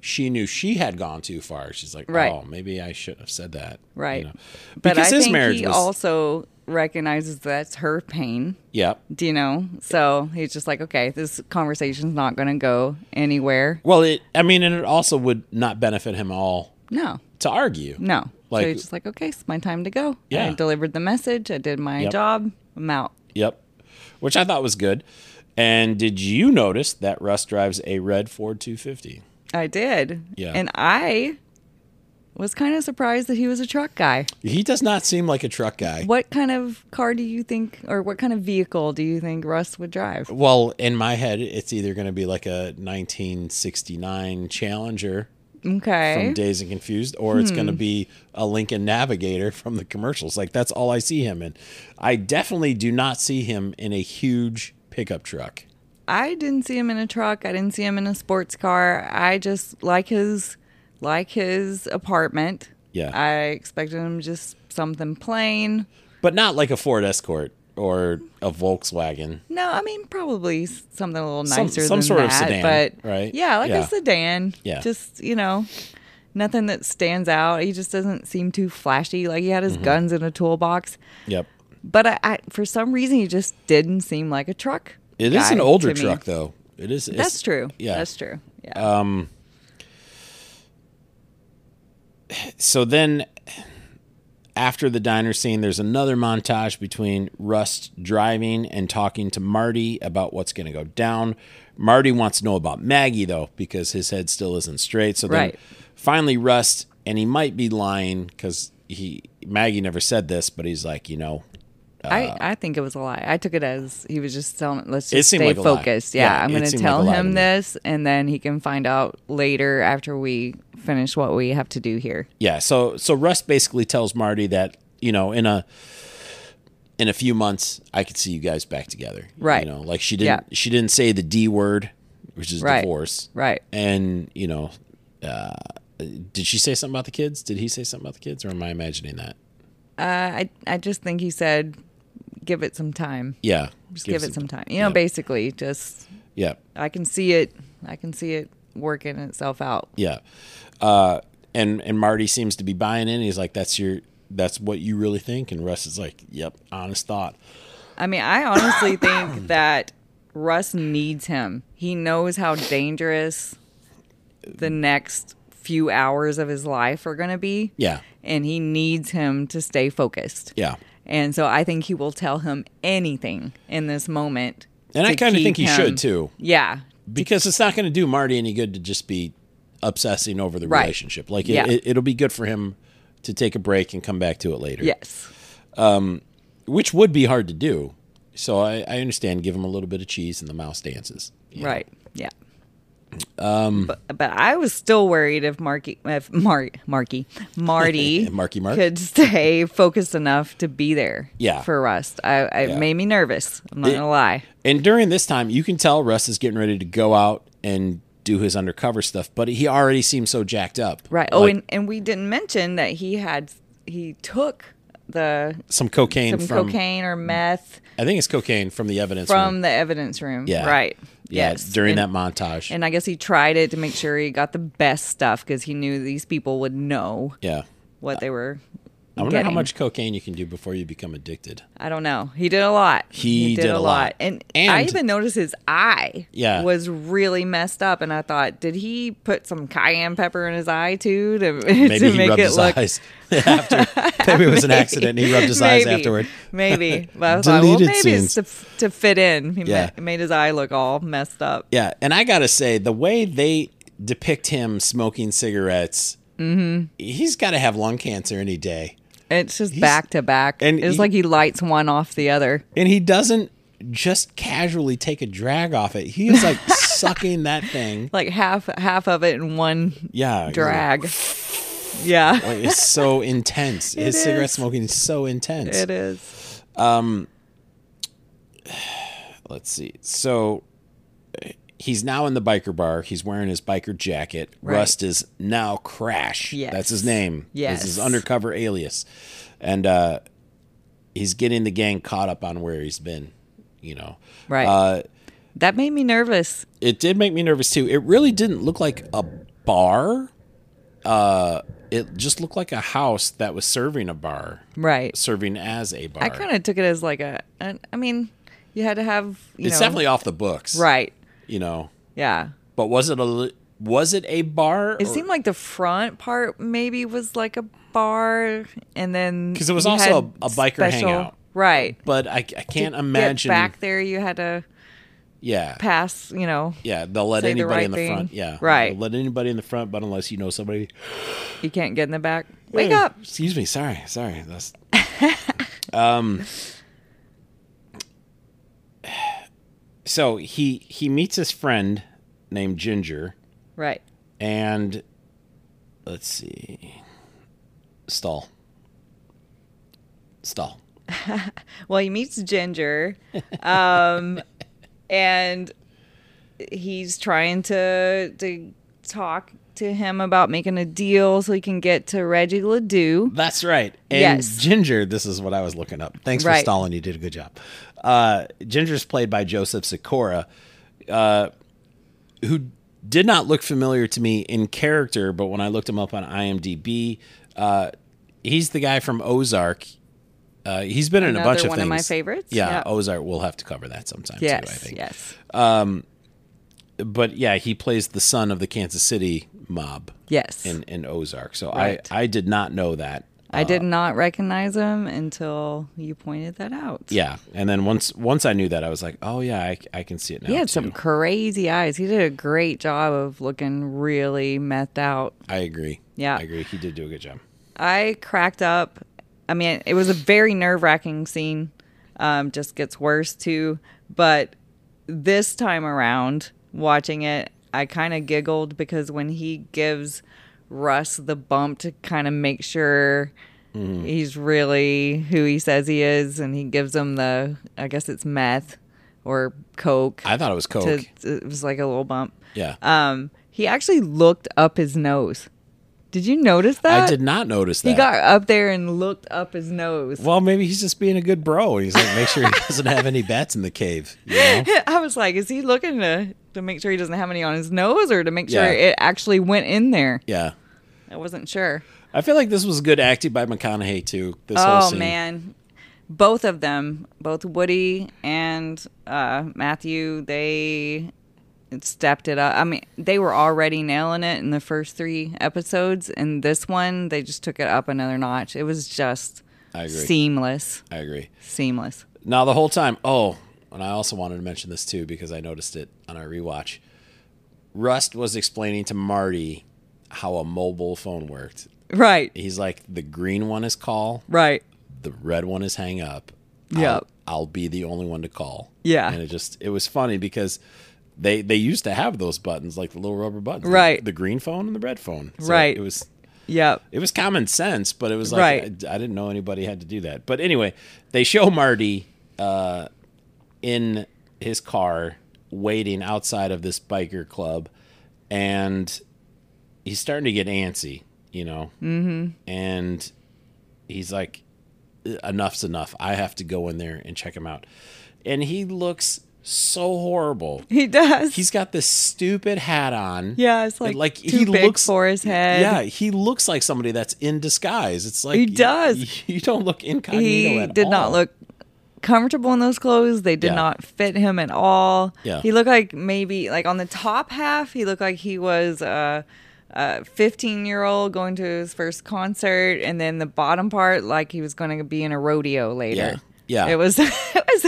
B: she knew she had gone too far. She's like,
A: Right.
B: "Oh, maybe I should have said that." you
A: Right.
B: know.
A: But
B: because
A: I
B: his
A: think
B: marriage
A: he
B: was
A: also recognizes that's her pain.
B: yeah.
A: Do you know? So he's just like, okay, this conversation's not going to go anywhere.
B: Well, it I mean, and it also would not benefit him at all
A: No,
B: to argue.
A: no.
B: Like-
A: so he's just like, okay, it's my time to go.
B: Yeah.
A: I delivered the message. I did my
B: Yep.
A: job. I'm out.
B: Yep. Which I thought was good. And did you notice that Russ drives a red Ford 250?
A: I did.
B: Yeah.
A: And I was kind of surprised that he was a truck guy.
B: He does not seem like a truck guy.
A: What kind of car do you think, or what kind of vehicle do you think Russ would drive?
B: Well, in my head, it's either going to be like a 1969 Challenger
A: Okay.
B: from Days and Confused, or it's going to be a Lincoln Navigator from the commercials. Like, that's all I see him in. I definitely do not see him in a huge pickup truck.
A: I didn't see him in a truck. I didn't see him in a sports car. I just like his like his apartment.
B: Yeah.
A: I expected him just something plain.
B: But not like a Ford Escort or a Volkswagen.
A: No, I mean probably s- something a little
B: Some-
A: nicer
B: some
A: than
B: sort of
A: that.
B: sedan,
A: but
B: right?
A: yeah, like
B: Yeah.
A: a sedan.
B: Yeah.
A: just you know, nothing that stands out. He just doesn't seem too flashy. Like he had
B: Mm-hmm.
A: his guns in a toolbox,
B: Yep.
A: but I, I for some reason he just didn't seem like a truck.
B: It is
A: guy
B: an older
A: to me.
B: truck, though. It is. it's-
A: That's true.
B: Yeah. Uh,
A: that's true. Yeah.
B: so then after the diner scene there's another montage between rust driving and talking to marty about what's going to go down marty wants to know about maggie though because his head still isn't straight so then
A: Right.
B: finally rust and he might be lying because he maggie never said this but he's like you know
A: I, I think it was a lie. I took it as he was just telling. Let's
B: uh, It
A: just
B: seemed
A: stay
B: like a lie.
A: focused. Yeah,
B: Yeah,
A: I'm
B: it
A: going to
B: seemed like
A: tell
B: a lie to me.
A: him this, and then he can find out later after we finish what we have to do here.
B: yeah so so rust basically tells marty that you know in a in a few months I could see you guys back together.
A: Right.
B: You know, like she didn't she didn't say the D word, which is
A: Right.
B: divorce.
A: Right.
B: And, you know, uh, did she say something about the kids? Did he say something about the kids or am I imagining that?
A: Uh, I I just think he said, "Give it some time.
B: Yeah.
A: Just give, it some time." You know,
B: Yeah.
A: basically, just
B: Yeah.
A: I can see it. I can see it working itself out.
B: Yeah. Uh, and and Marty seems to be buying in. He's like, "That's your, that's what you really think." And Russ is like, "Yep, honest thought."
A: I mean, I honestly think that Russ needs him. He knows how dangerous the next few hours of his life are going to be.
B: Yeah,
A: And he needs him to stay focused.
B: yeah.
A: And so I think he will tell him anything in this moment.
B: And I
A: to
B: kind of
A: keep
B: think he
A: him-
B: should too,
A: Yeah.
B: because it's not going to do Marty any good to just be obsessing over the
A: Right.
B: relationship. Like, it,
A: Yeah.
B: it, it'll be good for him to take a break and come back to it later.
A: Yes.
B: which would be hard to do. So I, I understand. Give him a little bit of cheese and the mouse dances. Yeah.
A: Right. Yeah. Um, but, but I was still worried if Marky, if Mar- Marky, Marty,
B: Marky Mark?
A: could stay focused enough to be there.
B: Yeah.
A: for Rust, I, I
B: Yeah.
A: made me nervous. I'm not
B: It-
A: gonna lie.
B: And during this time, you can tell Russ is getting ready to go out and do his undercover stuff, but he already seems so jacked up.
A: Right. oh,
B: Like,
A: and and we didn't mention that he had he took the
B: some cocaine
A: some
B: from
A: cocaine or meth
B: I think it's cocaine from the evidence room.
A: from the evidence room.
B: Yeah.
A: Right.
B: Yeah,
A: yes.
B: during
A: and,
B: that montage.
A: And I guess he tried it to make sure he got the best stuff because he knew these people would know
B: yeah.
A: what
B: Uh,
A: they were.
B: I wonder how
A: getting.
B: much cocaine you can do before you become addicted.
A: I don't know. He did a lot.
B: He did a lot.
A: And, I
B: And-
A: even noticed his eye
B: Yeah.
A: was really messed up. And I thought, did he put some cayenne pepper in his eye too to, to
B: Maybe he
A: make
B: rubbed
A: it
B: his
A: look?
B: eyes after. Maybe it was an accident and he rubbed his eyes
A: Maybe.
B: afterward.
A: Maybe. But I thought, well,
B: Deleted
A: maybe it's to, to fit in. He
B: Yeah.
A: ma- made his eye look all messed up.
B: Yeah, and I gotta say, the way they depict him smoking cigarettes,
A: Mm-hmm.
B: he's got to have lung cancer any day,
A: It's just back to back.
B: and
A: it's
B: he-
A: like he lights one off the other.
B: and he doesn't just casually take a drag off it. He is like sucking that thing.
A: Like half half of it in one
B: Yeah, he's
A: drag. Yeah.
B: like- like, it's so intense. His
A: is.
B: cigarette smoking is so intense.
A: It is.
B: Let's see. So uh, he's now in the biker bar. He's wearing his biker jacket.
A: Right.
B: Rust is now Crash.
A: Yes.
B: That's his name. That's
A: Yes.
B: his undercover alias. And uh, he's getting the gang caught up on where he's been, you know.
A: Right.
B: Uh,
A: that made me nervous.
B: it did make me nervous too. It really didn't look like a bar. Uh, it just looked like a house that was serving a bar,
A: Right.
B: serving as a bar.
A: I kind of took it as like a, an, I mean, you had to have, you
B: it's
A: know,
B: definitely off the books.
A: right.
B: You know.
A: Yeah.
B: But was it a li- was it a bar?
A: It seemed like the front part maybe was like a bar, and then
B: 'Cause it was
A: you
B: also
A: had
B: a- a biker hangout.
A: right?
B: but I, I can't
A: Get
B: imagine.
A: back there, you had to
B: Yeah,
A: pass. You know,
B: yeah. They'll let
A: Say the
B: anybody
A: right
B: in the
A: thing.
B: front. Yeah,
A: Right.
B: They'll let anybody in the front, but unless you know somebody.
A: you can't get in the back. Wake
B: Hey,
A: up!
B: Excuse me. Sorry. Sorry. That's. um. So he he meets his friend named Ginger,
A: Right.
B: and let's see, stall. Stall.
A: Well, he meets Ginger, um, and he's trying to to talk to him about making a deal so he can get to Reggie Ledoux.
B: That's right. And
A: Yes.
B: Ginger, this is what I was looking up. Thanks for
A: Right.
B: stalling. You did a good job. Uh, Ginger's played by Joseph Sikora, uh, who did not look familiar to me in character, but when I looked him up on IMDb, uh, he's the guy from Ozark. Uh, he's been in a
A: Another
B: bunch of
A: one
B: things.
A: of my favorites.
B: Yeah,
A: Yep.
B: Ozark. We'll have to cover that sometime
A: Yes,
B: too. I think.
A: yes,
B: But yeah, he plays the son of the Kansas City mob
A: yes.
B: in, in Ozark. So
A: Right.
B: I I did not know that.
A: I
B: uh,
A: did not recognize him until you pointed that out.
B: Yeah, and then once once I knew that, I was like, oh yeah, I, I can see it now.
A: He had
B: too.
A: some crazy eyes. He did a great job of looking really methed out.
B: I agree.
A: Yeah.
B: I agree. He did do a good job.
A: I cracked up. I mean, it was a very nerve wracking scene. Um, just gets worse too. But this time around, watching it, I kind of giggled because when he gives Russ the bump to kind of make sure
B: Mm.
A: He's really who he says he is, and he gives him the I guess it's meth or coke.
B: I thought it was coke.
A: to- to- it was like a little bump.
B: yeah.
A: Um, he actually looked up his nose. Did you notice that?
B: I did not notice that.
A: He got up there and looked up his nose.
B: well, maybe he's just being a good bro. He's like, make sure he doesn't have any bats in the cave. You know?
A: I was like, is he looking to to make sure he doesn't have any on his nose, or to make sure
B: Yeah.
A: it actually went in there?
B: Yeah.
A: I wasn't sure.
B: I feel like this was good acting by McConaughey too. This whole
A: Oh
B: scene.
A: man, both of them, both Woody and uh, Matthew, they stepped it up. I mean, they were already nailing it in the first three episodes, and this one they just took it up another notch. It was just
B: I agree.
A: seamless,
B: I agree.
A: seamless.
B: Now the whole time. Oh, and I also wanted to mention this too because I noticed it on our rewatch. Rust was explaining to Marty how a mobile phone worked.
A: Right,
B: He's like, the green one is call,
A: right.
B: the red one is hang up.
A: Yep.
B: I'll, I'll be the only one to call.
A: Yeah.
B: And it just it was funny because they they used to have those buttons like the little rubber buttons. the-
A: Right.
B: The, green phone and the red phone. So
A: Right.
B: It was
A: Yep.
B: it was common sense, but it was like
A: Right.
B: I, I didn't know anybody had to do that. But anyway, they show Marty uh, in his car waiting outside of this biker club, and he's starting to get antsy, you know, mm-hmm. and he's like, "Enough's enough. I have to go in there and check him out." And he looks so horrible.
A: He does.
B: He's got this stupid hat on.
A: yeah, it's like,
B: And, like,
A: too
B: he
A: big
B: looks-
A: for his head.
B: Yeah, he looks like somebody that's in disguise. It's like
A: He does.
B: You, don't look incognito.
A: he
B: at
A: did not
B: all.
A: look comfortable in those clothes. They did
B: Yeah.
A: not fit him at all.
B: Yeah.
A: He looked like maybe like on the top half, he looked like he was a a 15 year old going to his first concert, and then the bottom part like he was going to be in a rodeo later.
B: Yeah. Yeah.
A: It was it was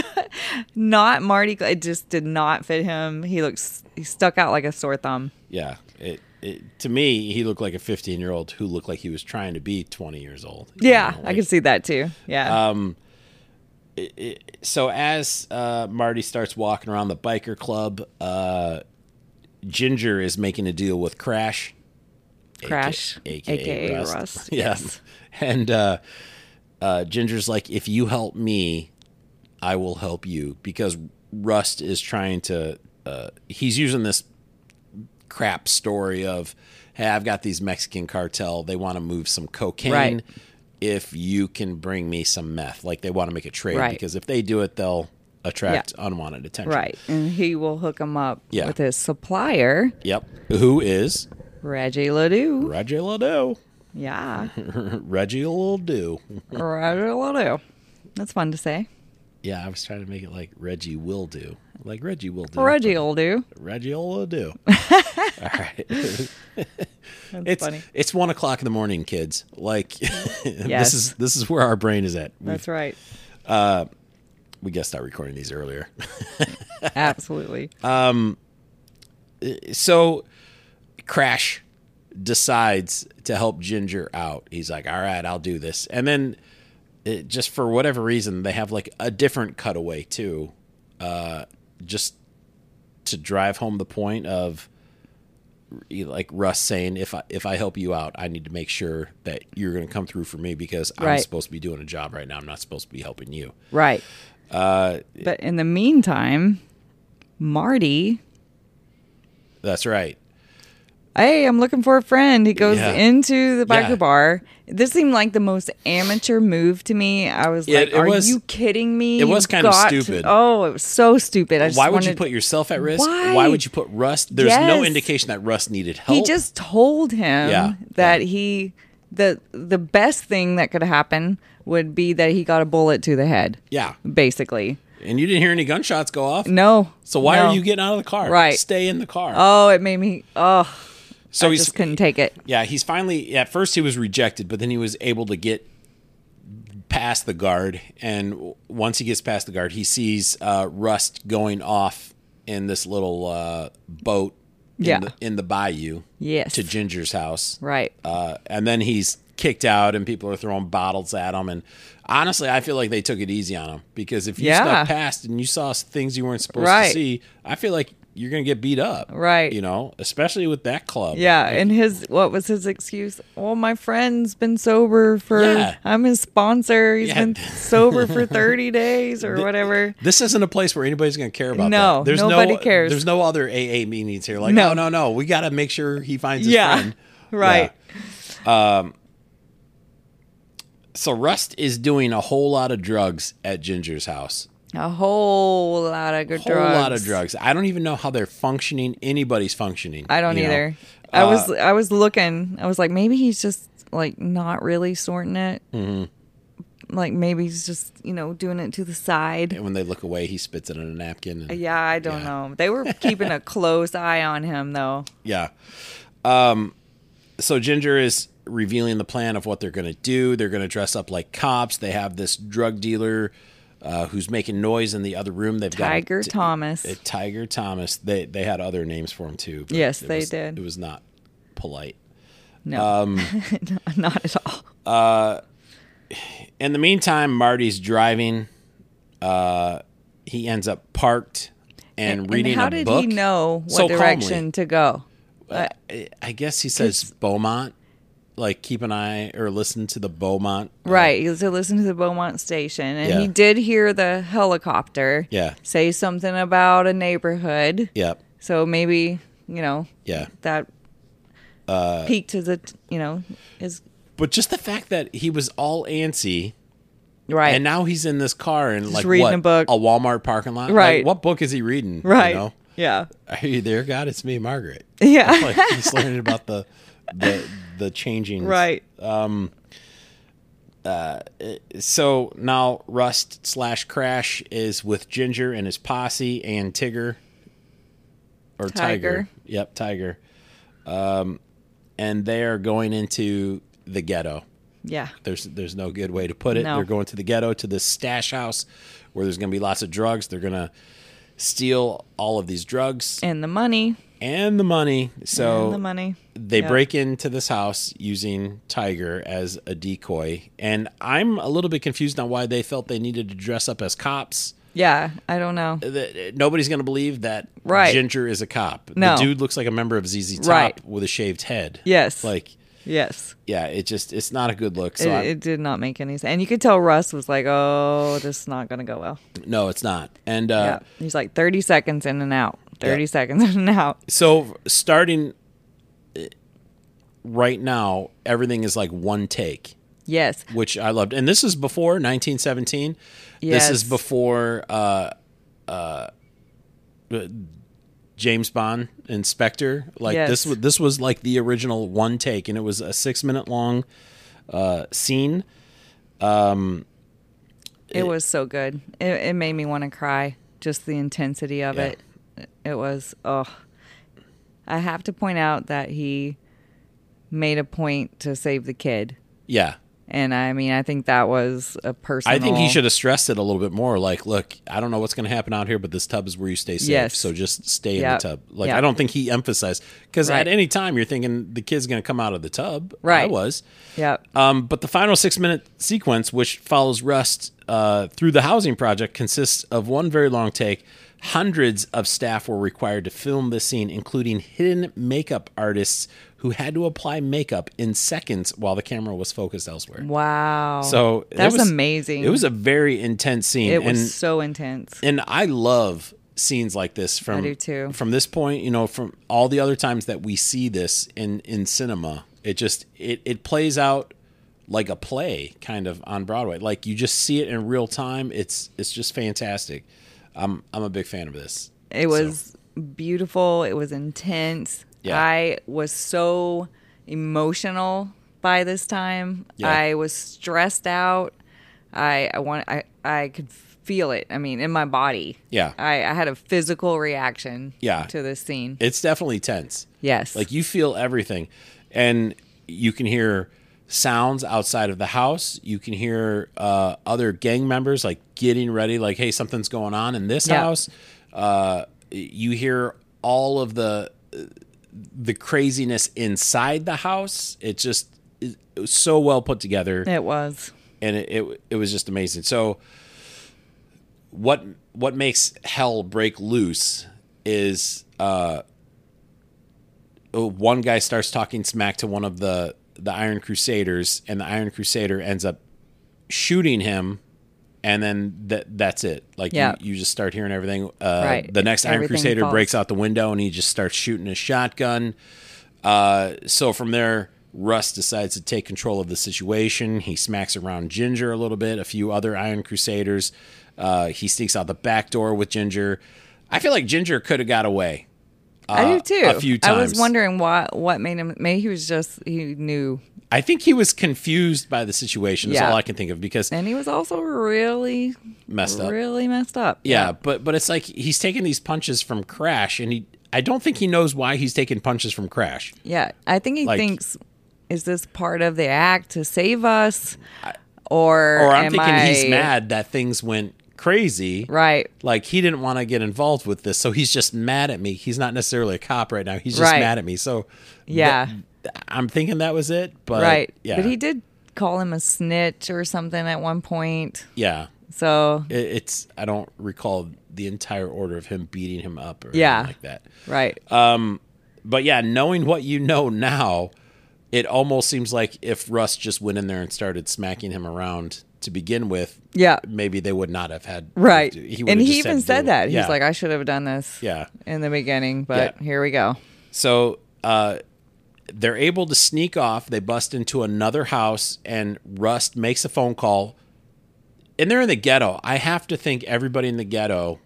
A: not Marty. It just did not fit him. He looks he stuck out like a sore thumb.
B: Yeah. It, it, to me, he looked like a 15 year old who looked like he was trying to be 20 years old. you
A: Yeah,
B: know,
A: I
B: like- Uh,
A: could see that too. Yeah.
B: So as uh, Marty starts walking around the biker club, uh, Ginger is making a deal with Crash.
A: Crash,
B: aka,
A: aka
B: Rust.
A: Rust,
B: yeah.
A: yes.
B: And uh, uh, Ginger's like, if you help me, I will help you because Rust is trying to. Uh, he's using this crap story of, hey, I've got these Mexican cartel. They want to move some cocaine.
A: Right.
B: If you can bring me some meth, like they want to make a trade
A: Right.
B: because if they do it, they'll attract unwanted attention.
A: right. And he will hook him up
B: Yeah.
A: with his supplier,
B: Yep. Who is
A: Reggie Ledoux.
B: Reggie Ledoux?
A: Yeah.
B: Reggie Ledoux.
A: Roger Ledoux. That's fun to say.
B: Yeah, I was trying to make it like Reggie will do. Like Reggie will do.
A: Reggie will do.
B: Reggie will do. All right.
A: That's
B: It's
A: funny.
B: it's one o'clock in the morning, kids. Like
A: Yes.
B: this is this is where our brain is at. We,
A: That's right.
B: we gotta start recording these earlier. Uh,
A: Absolutely.
B: so Crash decides to help Ginger out. He's like, "All right, I'll do this." And then, it, just for whatever reason, they have like a different cutaway too, uh, just to drive home the point of like Russ saying, "If I if I help you out, I need to make sure that you're going to come through for me because I'm
A: Right.
B: supposed to be doing a job right now. I'm not supposed to be helping you."
A: right.
B: uh,
A: but in the meantime, Marty,
B: That's right.
A: hey, I'm looking for a friend. He goes
B: Yeah.
A: into the biker
B: Yeah.
A: bar. This seemed like the most amateur move to me. I was
B: Yeah,
A: like,
B: it
A: are
B: was-
A: you kidding me?
B: it was
A: You've
B: kind of
A: got to-"
B: stupid.
A: oh, it was so stupid. I just
B: Why would you
A: wanted-
B: put yourself at risk?
A: Why?
B: would you put Rust? There's no
A: Yes.
B: indication that Rust needed help.
A: He just told him
B: Yeah,
A: that he the the best thing that could happen would be that he got a bullet to the head.
B: Yeah.
A: Basically.
B: And you didn't hear any gunshots go off.
A: No.
B: So why
A: no.
B: are you getting out of the car?
A: Right.
B: Stay in the car.
A: Oh, it made me oh
B: so
A: I
B: he's
A: just couldn't take it.
B: yeah, he's finally at first he was rejected, but then he was able to get past the guard and w- once he gets past the guard, he sees uh, Rust going off in this little uh, boat in
A: Yeah.
B: the, in the bayou
A: Yes.
B: to Ginger's house.
A: Right.
B: uh, and then he's kicked out and people are throwing bottles at him and honestly i feel like they took it easy on him because if you
A: Yeah.
B: snuck past and you saw s- things you weren't supposed to
A: Right.
B: see i feel like you're gonna get beat up,
A: Right.
B: You know, especially with that club.
A: Yeah, and his what was his excuse? Well, my friend's been sober for
B: Yeah.
A: I'm his sponsor. He's
B: Yeah.
A: been sober for 30 days or whatever.
B: This isn't a place where anybody's going to care about
A: No,
B: that. There's
A: nobody
B: no,
A: cares.
B: There's no other AA meetings here. Like,
A: No.
B: no, no, no. We got to make sure he finds his
A: Yeah.
B: friend.
A: Right.
B: Yeah. Um, so Rust is doing a whole lot of drugs at Ginger's house.
A: A whole lot of good
B: Whole
A: drugs.
B: lot of drugs. I don't even know how they're functioning. Anybody's functioning.
A: I don't
B: you know? Uh,
A: either. I was I was looking. I was like maybe he's just like not really sorting it.
B: Mm-hmm.
A: Like maybe he's just, you know, doing it to the side.
B: And when they look away, he spits it on a napkin. And,
A: Yeah, I don't
B: Yeah.
A: know. They were keeping a close eye on him though.
B: Yeah. Um, so Ginger is revealing the plan of what they're going to do. They're going to dress up like cops. They have this drug dealer uh, who's making noise in the other room. They've
A: Tiger
B: got
A: Thomas.
B: uh, Tiger Thomas. They they had other names for him too. but
A: Yes,
B: it
A: they
B: was-
A: did.
B: It was not polite.
A: No.
B: Um,
A: No, not at all.
B: In the meantime, Marty's driving. Uh, he ends up parked and, reading
A: and how
B: a
A: did
B: book.
A: he know what
B: so
A: direction
B: calmly.
A: to go?
B: I, I guess he says Beaumont. Like keep an eye or listen to the Beaumont.
A: Right. He was to listen to the Beaumont station. And he
B: Yeah.
A: did hear the helicopter
B: Yeah.
A: say something about a neighborhood.
B: Yep.
A: So maybe, you know,
B: Yeah.
A: that
B: Uh,
A: peaked to the, you know, is
B: But just the fact that he was all antsy
A: right.
B: and now he's in this car and like
A: reading
B: what,
A: a book.
B: Walmart parking lot. Like,
A: Right.
B: what book is he reading? you
A: right.
B: know?
A: Yeah.
B: Are you there, God? It's me, Margaret.
A: Yeah.
B: Like he's learning about the the the changing
A: right.
B: So now Rust slash Crash is with Ginger and his posse and Tigger. Or Tiger.
A: Tiger.
B: Yep, Tiger. Um and they are going into the ghetto.
A: Yeah.
B: There's there's no good way to put it.
A: No.
B: They're going to the ghetto to this stash house where there's going to be lots of drugs. They're going to steal all of these drugs and,
A: And the money.
B: the money. So
A: and the money.
B: they
A: Yeah.
B: break into this house using Tiger as a decoy. And I'm a little bit confused on why they felt they needed to dress up as cops.
A: Yeah. I don't know.
B: The- Nobody's going to believe that
A: Right.
B: Ginger is a cop.
A: No.
B: The dude looks like a member of ZZ Top
A: Right.
B: with a shaved head.
A: Yes.
B: Like
A: Yes.
B: yeah, it just it's not a good look. So
A: It,
B: I'm-
A: it did not make any sense. And you could tell Russ was like, oh, this is not going to go well.
B: no, it's not. And uh
A: Yeah. He's like 30 seconds in and out. 30
B: Yeah.
A: seconds in and out.
B: so starting uh, right now everything is like one take
A: Yes.
B: which i loved and this is before 1917
A: Yes.
B: this is before uh uh james bond inspector like
A: Yes.
B: this was this was like the original one take and it was a six minute long uh scene
A: It, was so good. It, it made me want to cry. Just the intensity of
B: Yeah.
A: it. It was, oh. I have to point out that he made a point to save the kid.
B: yeah
A: And I mean, I think that was a personal.
B: I think he should have stressed it a little bit more. Like, look, I don't know what's going to happen out here, but this tub is where you stay safe.
A: Yes.
B: So just stay
A: Yep.
B: in the tub. Like,
A: Yep.
B: I don't think he emphasized because
A: Right.
B: at any time you're thinking the kid's going to come out of the tub. I
A: Right.
B: was.
A: Yeah.
B: Um, but the final six minute sequence, which follows Rust uh, through the housing project, consists of one very long take. Hundreds of staff were required to film this scene, including hidden makeup artists who had to apply makeup in seconds while the camera was focused elsewhere.
A: Wow.
B: So it
A: that's
B: was-
A: amazing.
B: It was a very intense scene.
A: It
B: and,
A: was so intense.
B: and I love scenes like this from
A: I do too.
B: from this point, you know, from all the other times that we see this in in cinema. It just it it plays out like a play kind of on Broadway. Like you just see it in real time. It's it's just fantastic. I'm I'm a big fan of this.
A: It
B: So,
A: was beautiful. It was intense.
B: Yeah.
A: I was so emotional by this time.
B: Yeah.
A: I was stressed out. I I want I I could feel it. I mean, in my body.
B: Yeah.
A: I, I had a physical reaction.
B: Yeah.
A: To this scene.
B: it's definitely tense.
A: yes.
B: Like you feel everything, and you can hear sounds outside of the house. You can hear uh, other gang members like getting ready, like hey, something's going on in this
A: Yeah.
B: house. Uh, you hear all of the the craziness inside the house. It just it was so well put together
A: it was.
B: and it, it it was just amazing. So what what makes hell break loose is uh, one guy starts talking smack to one of the the Iron Crusaders, and the Iron Crusader ends up shooting him, and then that that's it. Like
A: Yeah.
B: you, you just start hearing everything. Uh,
A: Right.
B: The next Iron
A: Everything
B: Crusader
A: falls.
B: breaks out the window, and he just starts shooting his shotgun. Uh, so from there, Russ decides to take control of the situation. He smacks around Ginger a little bit, a few other Iron Crusaders. Uh, he sneaks out the back door with Ginger. I feel like Ginger could have got away.
A: I do too.
B: Uh, a few
A: I was
B: times.
A: wondering what what made him. Maybe he was just he knew,
B: I think he was confused by the situation. Is
A: Yeah.
B: all I can think of because
A: and he was also really
B: messed up.
A: really messed up.
B: Yeah, but but it's like he's taking these punches from Crash, and he I don't think he knows why he's taking punches from Crash.
A: yeah. I think he
B: Like-
A: thinks, is this part of the act to save us, or
B: Or I'm
A: am
B: thinking
A: I,
B: he's mad that things went crazy.
A: Right.
B: Like he didn't want to get involved with this, so he's just mad at me. He's not necessarily a cop right now. He's just
A: Right.
B: mad at me. So
A: Yeah.
B: th- I'm thinking that was it. But
A: right.
B: Yeah.
A: But he did call him a snitch or something at one point.
B: Yeah.
A: So
B: It, it's I don't recall the entire order of him beating him up or
A: Yeah.
B: anything like that.
A: right.
B: Uh, But yeah, knowing what you know now, it almost seems like if Russ just went in there and started smacking him around to begin with,
A: yeah.
B: maybe they would not have had
A: Right.
B: He
A: and
B: would've
A: he
B: just had
A: even
B: to
A: said
B: do-
A: that.
B: Yeah.
A: He's like, I should have done this
B: yeah.
A: in the beginning, but
B: Yeah.
A: here we go.
B: So uh, they're able to sneak off. They bust into another house, and Rust makes a phone call. And they're in the ghetto. I have to think everybody in the ghetto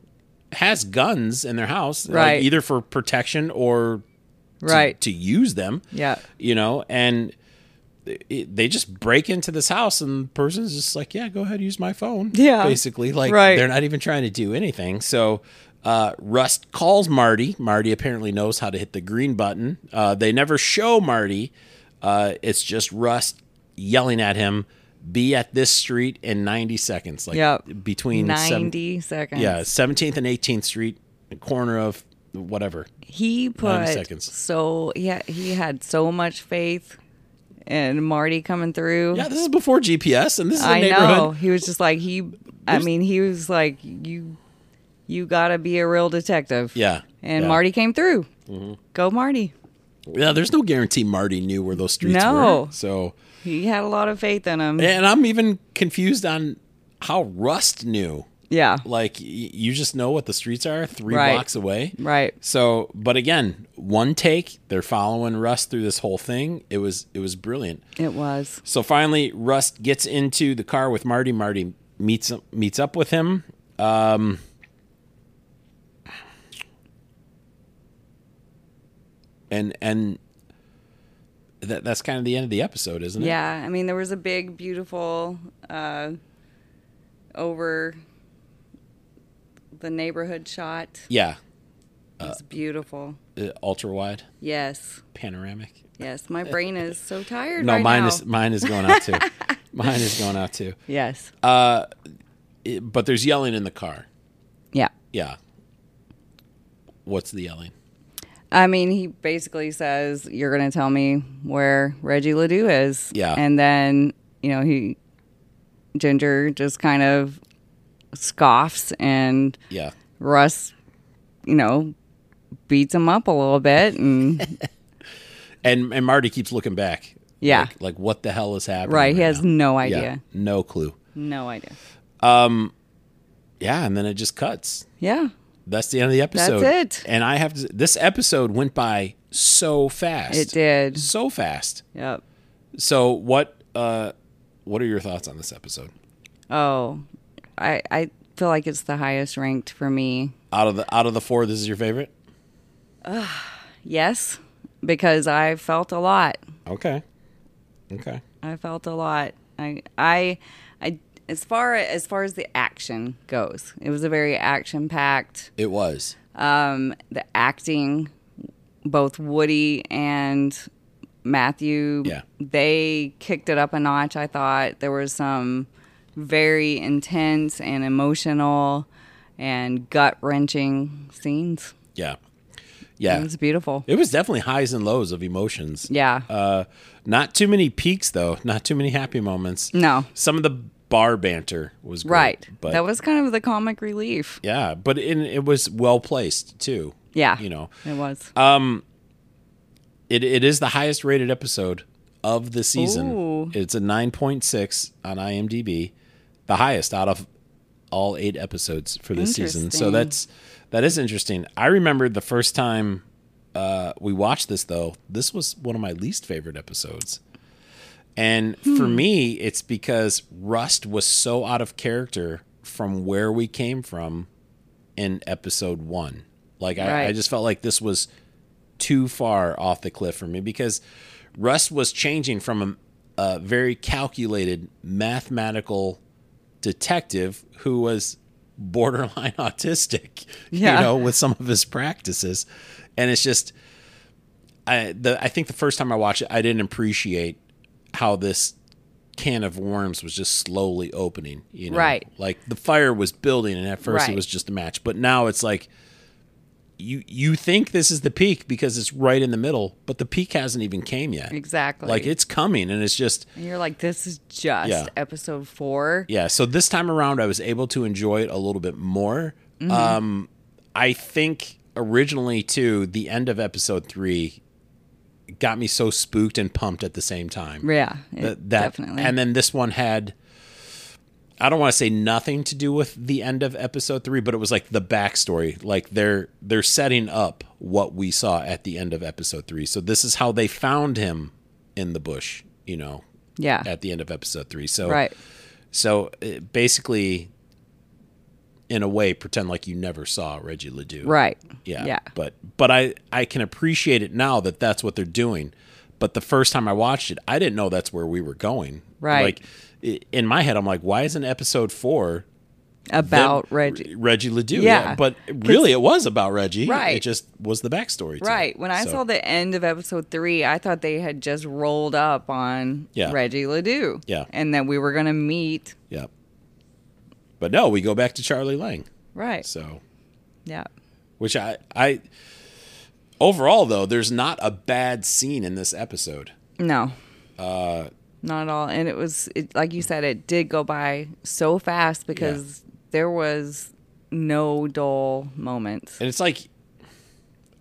B: has guns in their house, like,
A: Right.
B: either for protection or to-
A: Right.
B: to use them.
A: Yeah.
B: you know, and it, they just break into this house, and the person's just like, "Yeah, go ahead, use my phone."
A: Yeah.
B: basically, like
A: Right.
B: they're not even trying to do anything. So, uh, Rust calls Marty. Marty apparently knows how to hit the green button. Uh, they never show Marty. Uh, it's just Rust yelling at him, "Be at this street in ninety seconds." Like
A: Yep.
B: between seven-
A: 90 seconds.
B: yeah, Seventeenth and Eighteenth Street, the corner of whatever.
A: He put
B: seconds.
A: so yeah, he had so much faith in Marty coming through.
B: Yeah, this is before GPS, and this is a
A: I
B: neighborhood.
A: know. He was just like he I mean, he was like you you got to be a real detective.
B: Yeah,
A: And
B: yeah. Mm-hmm.
A: Marty came through. Go Marty.
B: Yeah, there's no guarantee Marty knew where those streets
A: No.
B: were. So,
A: He had a lot of faith in him.
B: and I'm even confused on how Rust knew.
A: yeah.
B: Like, y- you just know what the streets are three
A: Right.
B: blocks away.
A: Right.
B: So, but again, one take. They're following Rust through this whole thing. It was it was brilliant.
A: It was.
B: So finally, Rust gets into the car with Marty. Marty meets meets up with him. Um, and and that that's kind of the end of the episode, isn't it?
A: Yeah, I mean there was a big, beautiful uh, over the neighborhood shot.
B: Yeah.
A: It's beautiful.
B: Uh, ultra wide,
A: Yes,
B: panoramic.
A: yes. My brain is so tired.
B: Uh, No,
A: right
B: mine
A: now.
B: is mine is going out too. mine is going out too.
A: Yes.
B: Uh, It- but there's yelling in the car.
A: yeah.
B: Yeah. What's the yelling?
A: I mean, he basically says, "You're going to tell me where Reggie Ledoux is."
B: Yeah.
A: And then you know he Ginger just kind of scoffs and
B: Yeah.
A: Russ, you know, beats him up a little bit and.
B: And and Marty keeps looking back.
A: Yeah.
B: Like, like, what the hell is happening?
A: Right. He has
B: now?
A: no
B: Yeah,
A: idea.
B: no clue.
A: No idea.
B: Yeah, and then it just cuts.
A: Yeah.
B: That's the end of the episode.
A: That's it.
B: And I have to, this episode went by so fast.
A: It did.
B: So fast.
A: Yep.
B: So what uh what are your thoughts on this episode?
A: Oh, I I feel like it's the highest ranked for me.
B: Out of the out of the four, this is your favorite?
A: Yes, because I felt a lot.
B: Okay. Okay.
A: I felt a lot. I I I as far as far as the action goes, it was a very action packed.
B: It was.
A: Um, the acting, both Woody and Matthew,
B: Yeah.
A: they kicked it up a notch. I thought there was some very intense and emotional and gut wrenching scenes.
B: Yeah.
A: It
B: Yeah.
A: was beautiful.
B: It was definitely highs and lows of emotions.
A: Yeah.
B: Uh not too many peaks though, not too many happy moments.
A: No.
B: Some of the bar banter was great.
A: right.
B: But
A: that was kind of the comic relief.
B: Yeah, but in, it was well placed too.
A: Yeah.
B: you know.
A: It was.
B: It it is the highest rated episode of the season.
A: Ooh.
B: It's a 9.6 on IMDb, the highest out of all 8 episodes for this season. So
A: Interesting.
B: that's that is interesting. I remember the first time uh, we watched this though. This was one of my least favorite episodes. And
A: Hmm.
B: for me, it's because Rust was so out of character from where we came from in episode one. Like, I, I
A: Right.
B: just felt like this was too far off the cliff for me because Rust was changing from a, a very calculated mathematical detective who was borderline autistic,
A: Yeah.
B: you know, with some of his practices. And it's just, I the I think the first time I watched it, I didn't appreciate how this can of worms was just slowly opening. You know,
A: Right.
B: Like the fire was building, and at first it
A: Right.
B: was just a match, but now it's like you you think this is the peak because it's right in the middle, but the peak hasn't even came yet.
A: Exactly.
B: Like it's coming, and it's just
A: and you're like, this is just
B: Yeah.
A: episode four.
B: yeah. So this time around, I was able to enjoy it a little bit more.
A: Mm-hmm.
B: Um, I think originally too, the end of episode three got me so spooked and pumped at the same time.
A: Yeah. it-
B: That, that
A: definitely.
B: and then this one had. I don't want to say nothing to do with the end of episode three, but it was like the backstory. Like they're they're setting up what we saw at the end of episode three. So this is how they found him in the bush, you know,
A: yeah.
B: at the end of episode three. So
A: Ah. right.
B: so uh, basically, in a way, pretend like you never saw Reggie Ledoux.
A: Right.
B: Yeah.
A: Yeah.
B: But but I I can appreciate it now that that's what they're doing. But the first time I watched it, I didn't know that's where we were going.
A: Right.
B: Like i- in my head, I'm like, why isn't episode four them-
A: About Reggie.
B: R- Reggie Ledoux?
A: Yeah.
B: But really, it was about Reggie.
A: Right.
B: It just was the backstory. to it.
A: Right. When I
B: So-
A: saw the end of episode three, I thought they had just rolled up on
B: Yeah.
A: Reggie Ledoux.
B: Yeah.
A: And that we were going to meet.
B: Yeah. But no, we go back to Charlie Lang.
A: Right.
B: So
A: yeah.
B: which I I overall though there's not a bad scene in this episode.
A: No. Uh, Not at all. And it was, it, like you said, it did go by so fast because there was no dull moments.
B: And it's like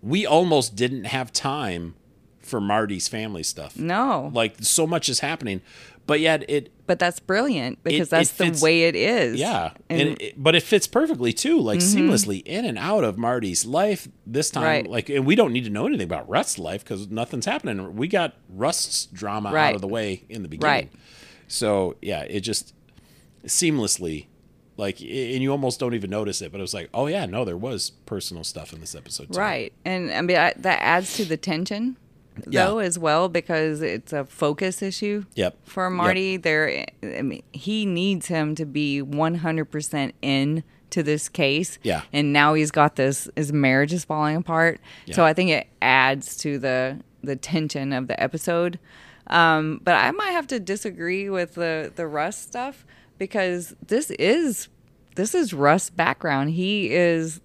B: we almost didn't have time for Marty's family stuff.
A: No.
B: Like so much is happening, but yet it
A: but that's brilliant because
B: it
A: that's the
B: fits-
A: way it is.
B: yeah, and,
A: And, Mm-hmm.
B: it, but it fits perfectly too, like seamlessly in and out of Marty's life this time.
A: Right.
B: Like, and we don't need to know anything about Rust's life because nothing's happening. We got Rust's drama out
A: Right.
B: of the way in the beginning.
A: Right.
B: So yeah, it just seamlessly, like, a- and you almost don't even notice it. But it was like, oh yeah, no, there was personal stuff in this episode. Too.
A: right. And I mean, I, that adds to the tension,
B: Yeah.
A: though, as well, because it's a focus issue.
B: Yep.
A: For
B: Yep.
A: Marty, there, I mean, he needs him to be 100% in to this case.
B: Yeah.
A: And now he's got this, his marriage is falling apart. So
B: Yeah.
A: I think it adds to the, the tension of the episode. Um, but I might have to disagree with the, the Russ stuff because this is, this is Russ' background. He is,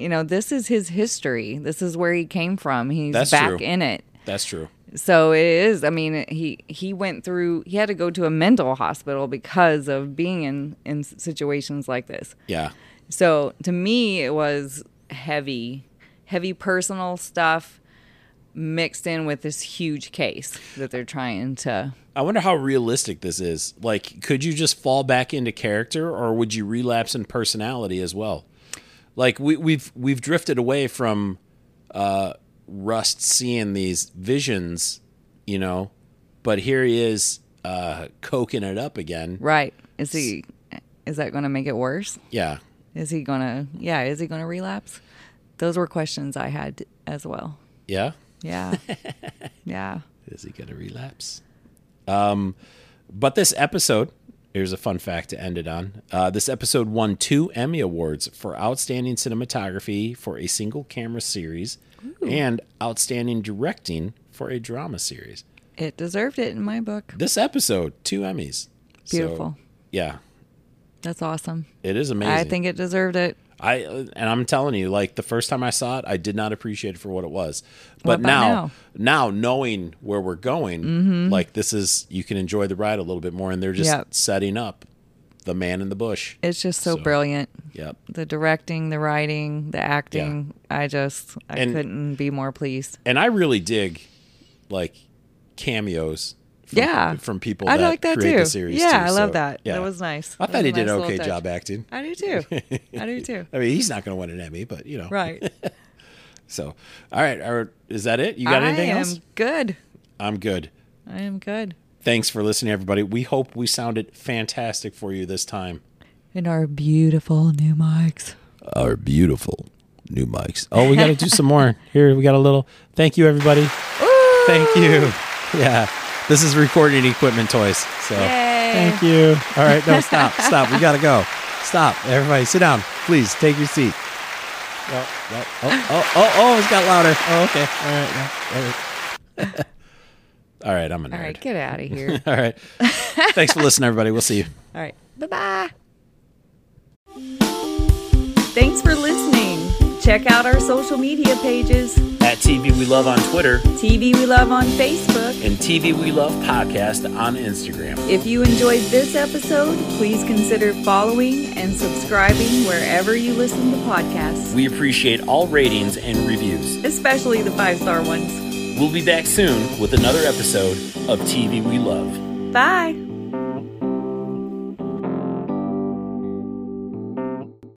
A: you know, this is his history. This is where he came from. He's
B: That's
A: back
B: true.
A: in it.
B: That's true.
A: So it is. I mean, he he went through. He had to go to a mental hospital because of being in in situations like this.
B: Yeah.
A: So to me, it was heavy, heavy personal stuff mixed in with this huge case that they're trying to.
B: I wonder how realistic this is. Like, could you just fall back into character, or would you relapse in personality as well? Like, we, we've we've drifted away from uh, Rust seeing these visions, you know, but here he is uh, coking it up again.
A: Right? Is he? Is that going to make it worse?
B: Yeah,
A: Is he going to? Yeah. Is he going to relapse? Those were questions I had as well.
B: yeah.
A: Yeah. yeah.
B: Is he gonna relapse? Um, but this episode, here's a fun fact to end it on. Uh, this episode won two Emmy awards for outstanding cinematography for a single camera series and outstanding directing for a drama series.
A: It deserved it in my book.
B: This episode, two Emmys. So,
A: Beautiful.
B: yeah,
A: That's awesome.
B: it is amazing.
A: I think it deserved it.
B: I and I'm telling you, like the first time I saw it, I did not appreciate it for what it was.
A: about
B: But now, now knowing where we're going, like this is you can enjoy the ride a little bit more, and they're just
A: Mm-hmm. Yep.
B: setting up the man in the bush.
A: It's just so,
B: So-
A: brilliant.
B: Yep.
A: The directing, the writing, the acting. I just I
B: And-
A: couldn't be more pleased.
B: And I really dig like cameos. From,
A: Yeah.
B: From people.
A: I
B: that
A: like that
B: create
A: too.
B: The series
A: yeah,
B: too,
A: I
B: so,
A: love that.
B: yeah.
A: That was nice.
B: I
A: That
B: thought
A: was
B: he
A: a
B: did
A: nice
B: an
A: little
B: okay
A: touch.
B: job acting.
A: I do too. I do too.
B: I mean, he's not going to win an Emmy, but you know.
A: Right.
B: So, all right, are- is that it? You got anything
A: I am
B: else?
A: good.
B: I'm good.
A: I am good.
B: Thanks for listening, everybody. We hope we sounded fantastic for you this time.
A: In our beautiful new mics.
B: Our beautiful new mics. Oh, we got to do some more. Here, we got a little. Thank you, everybody. Thank you. Yeah. This is recording equipment toys. So,
A: Yay.
B: thank you. All right, no, stop. Stop. We got to go. Stop. Everybody, sit down. Please take your seat. Oh, oh, oh, oh, oh, oh, it's got louder. Oh, okay. All right. yeah, All right. All right, I'm a nerd.
A: All right, get out of here.
B: All right. Thanks for listening, everybody. We'll see you.
A: All right. Bye bye. Thanks for listening. Check out our social media pages
B: At TV We Love on Twitter
A: TV We Love on Facebook.
B: and TV We Love Podcast on Instagram.
A: If you enjoyed this episode, please consider following and subscribing wherever you listen to podcasts,
B: We appreciate all ratings and reviews.
A: especially the five star ones.
B: We'll be back soon with another episode of TV We Love.
A: Bye.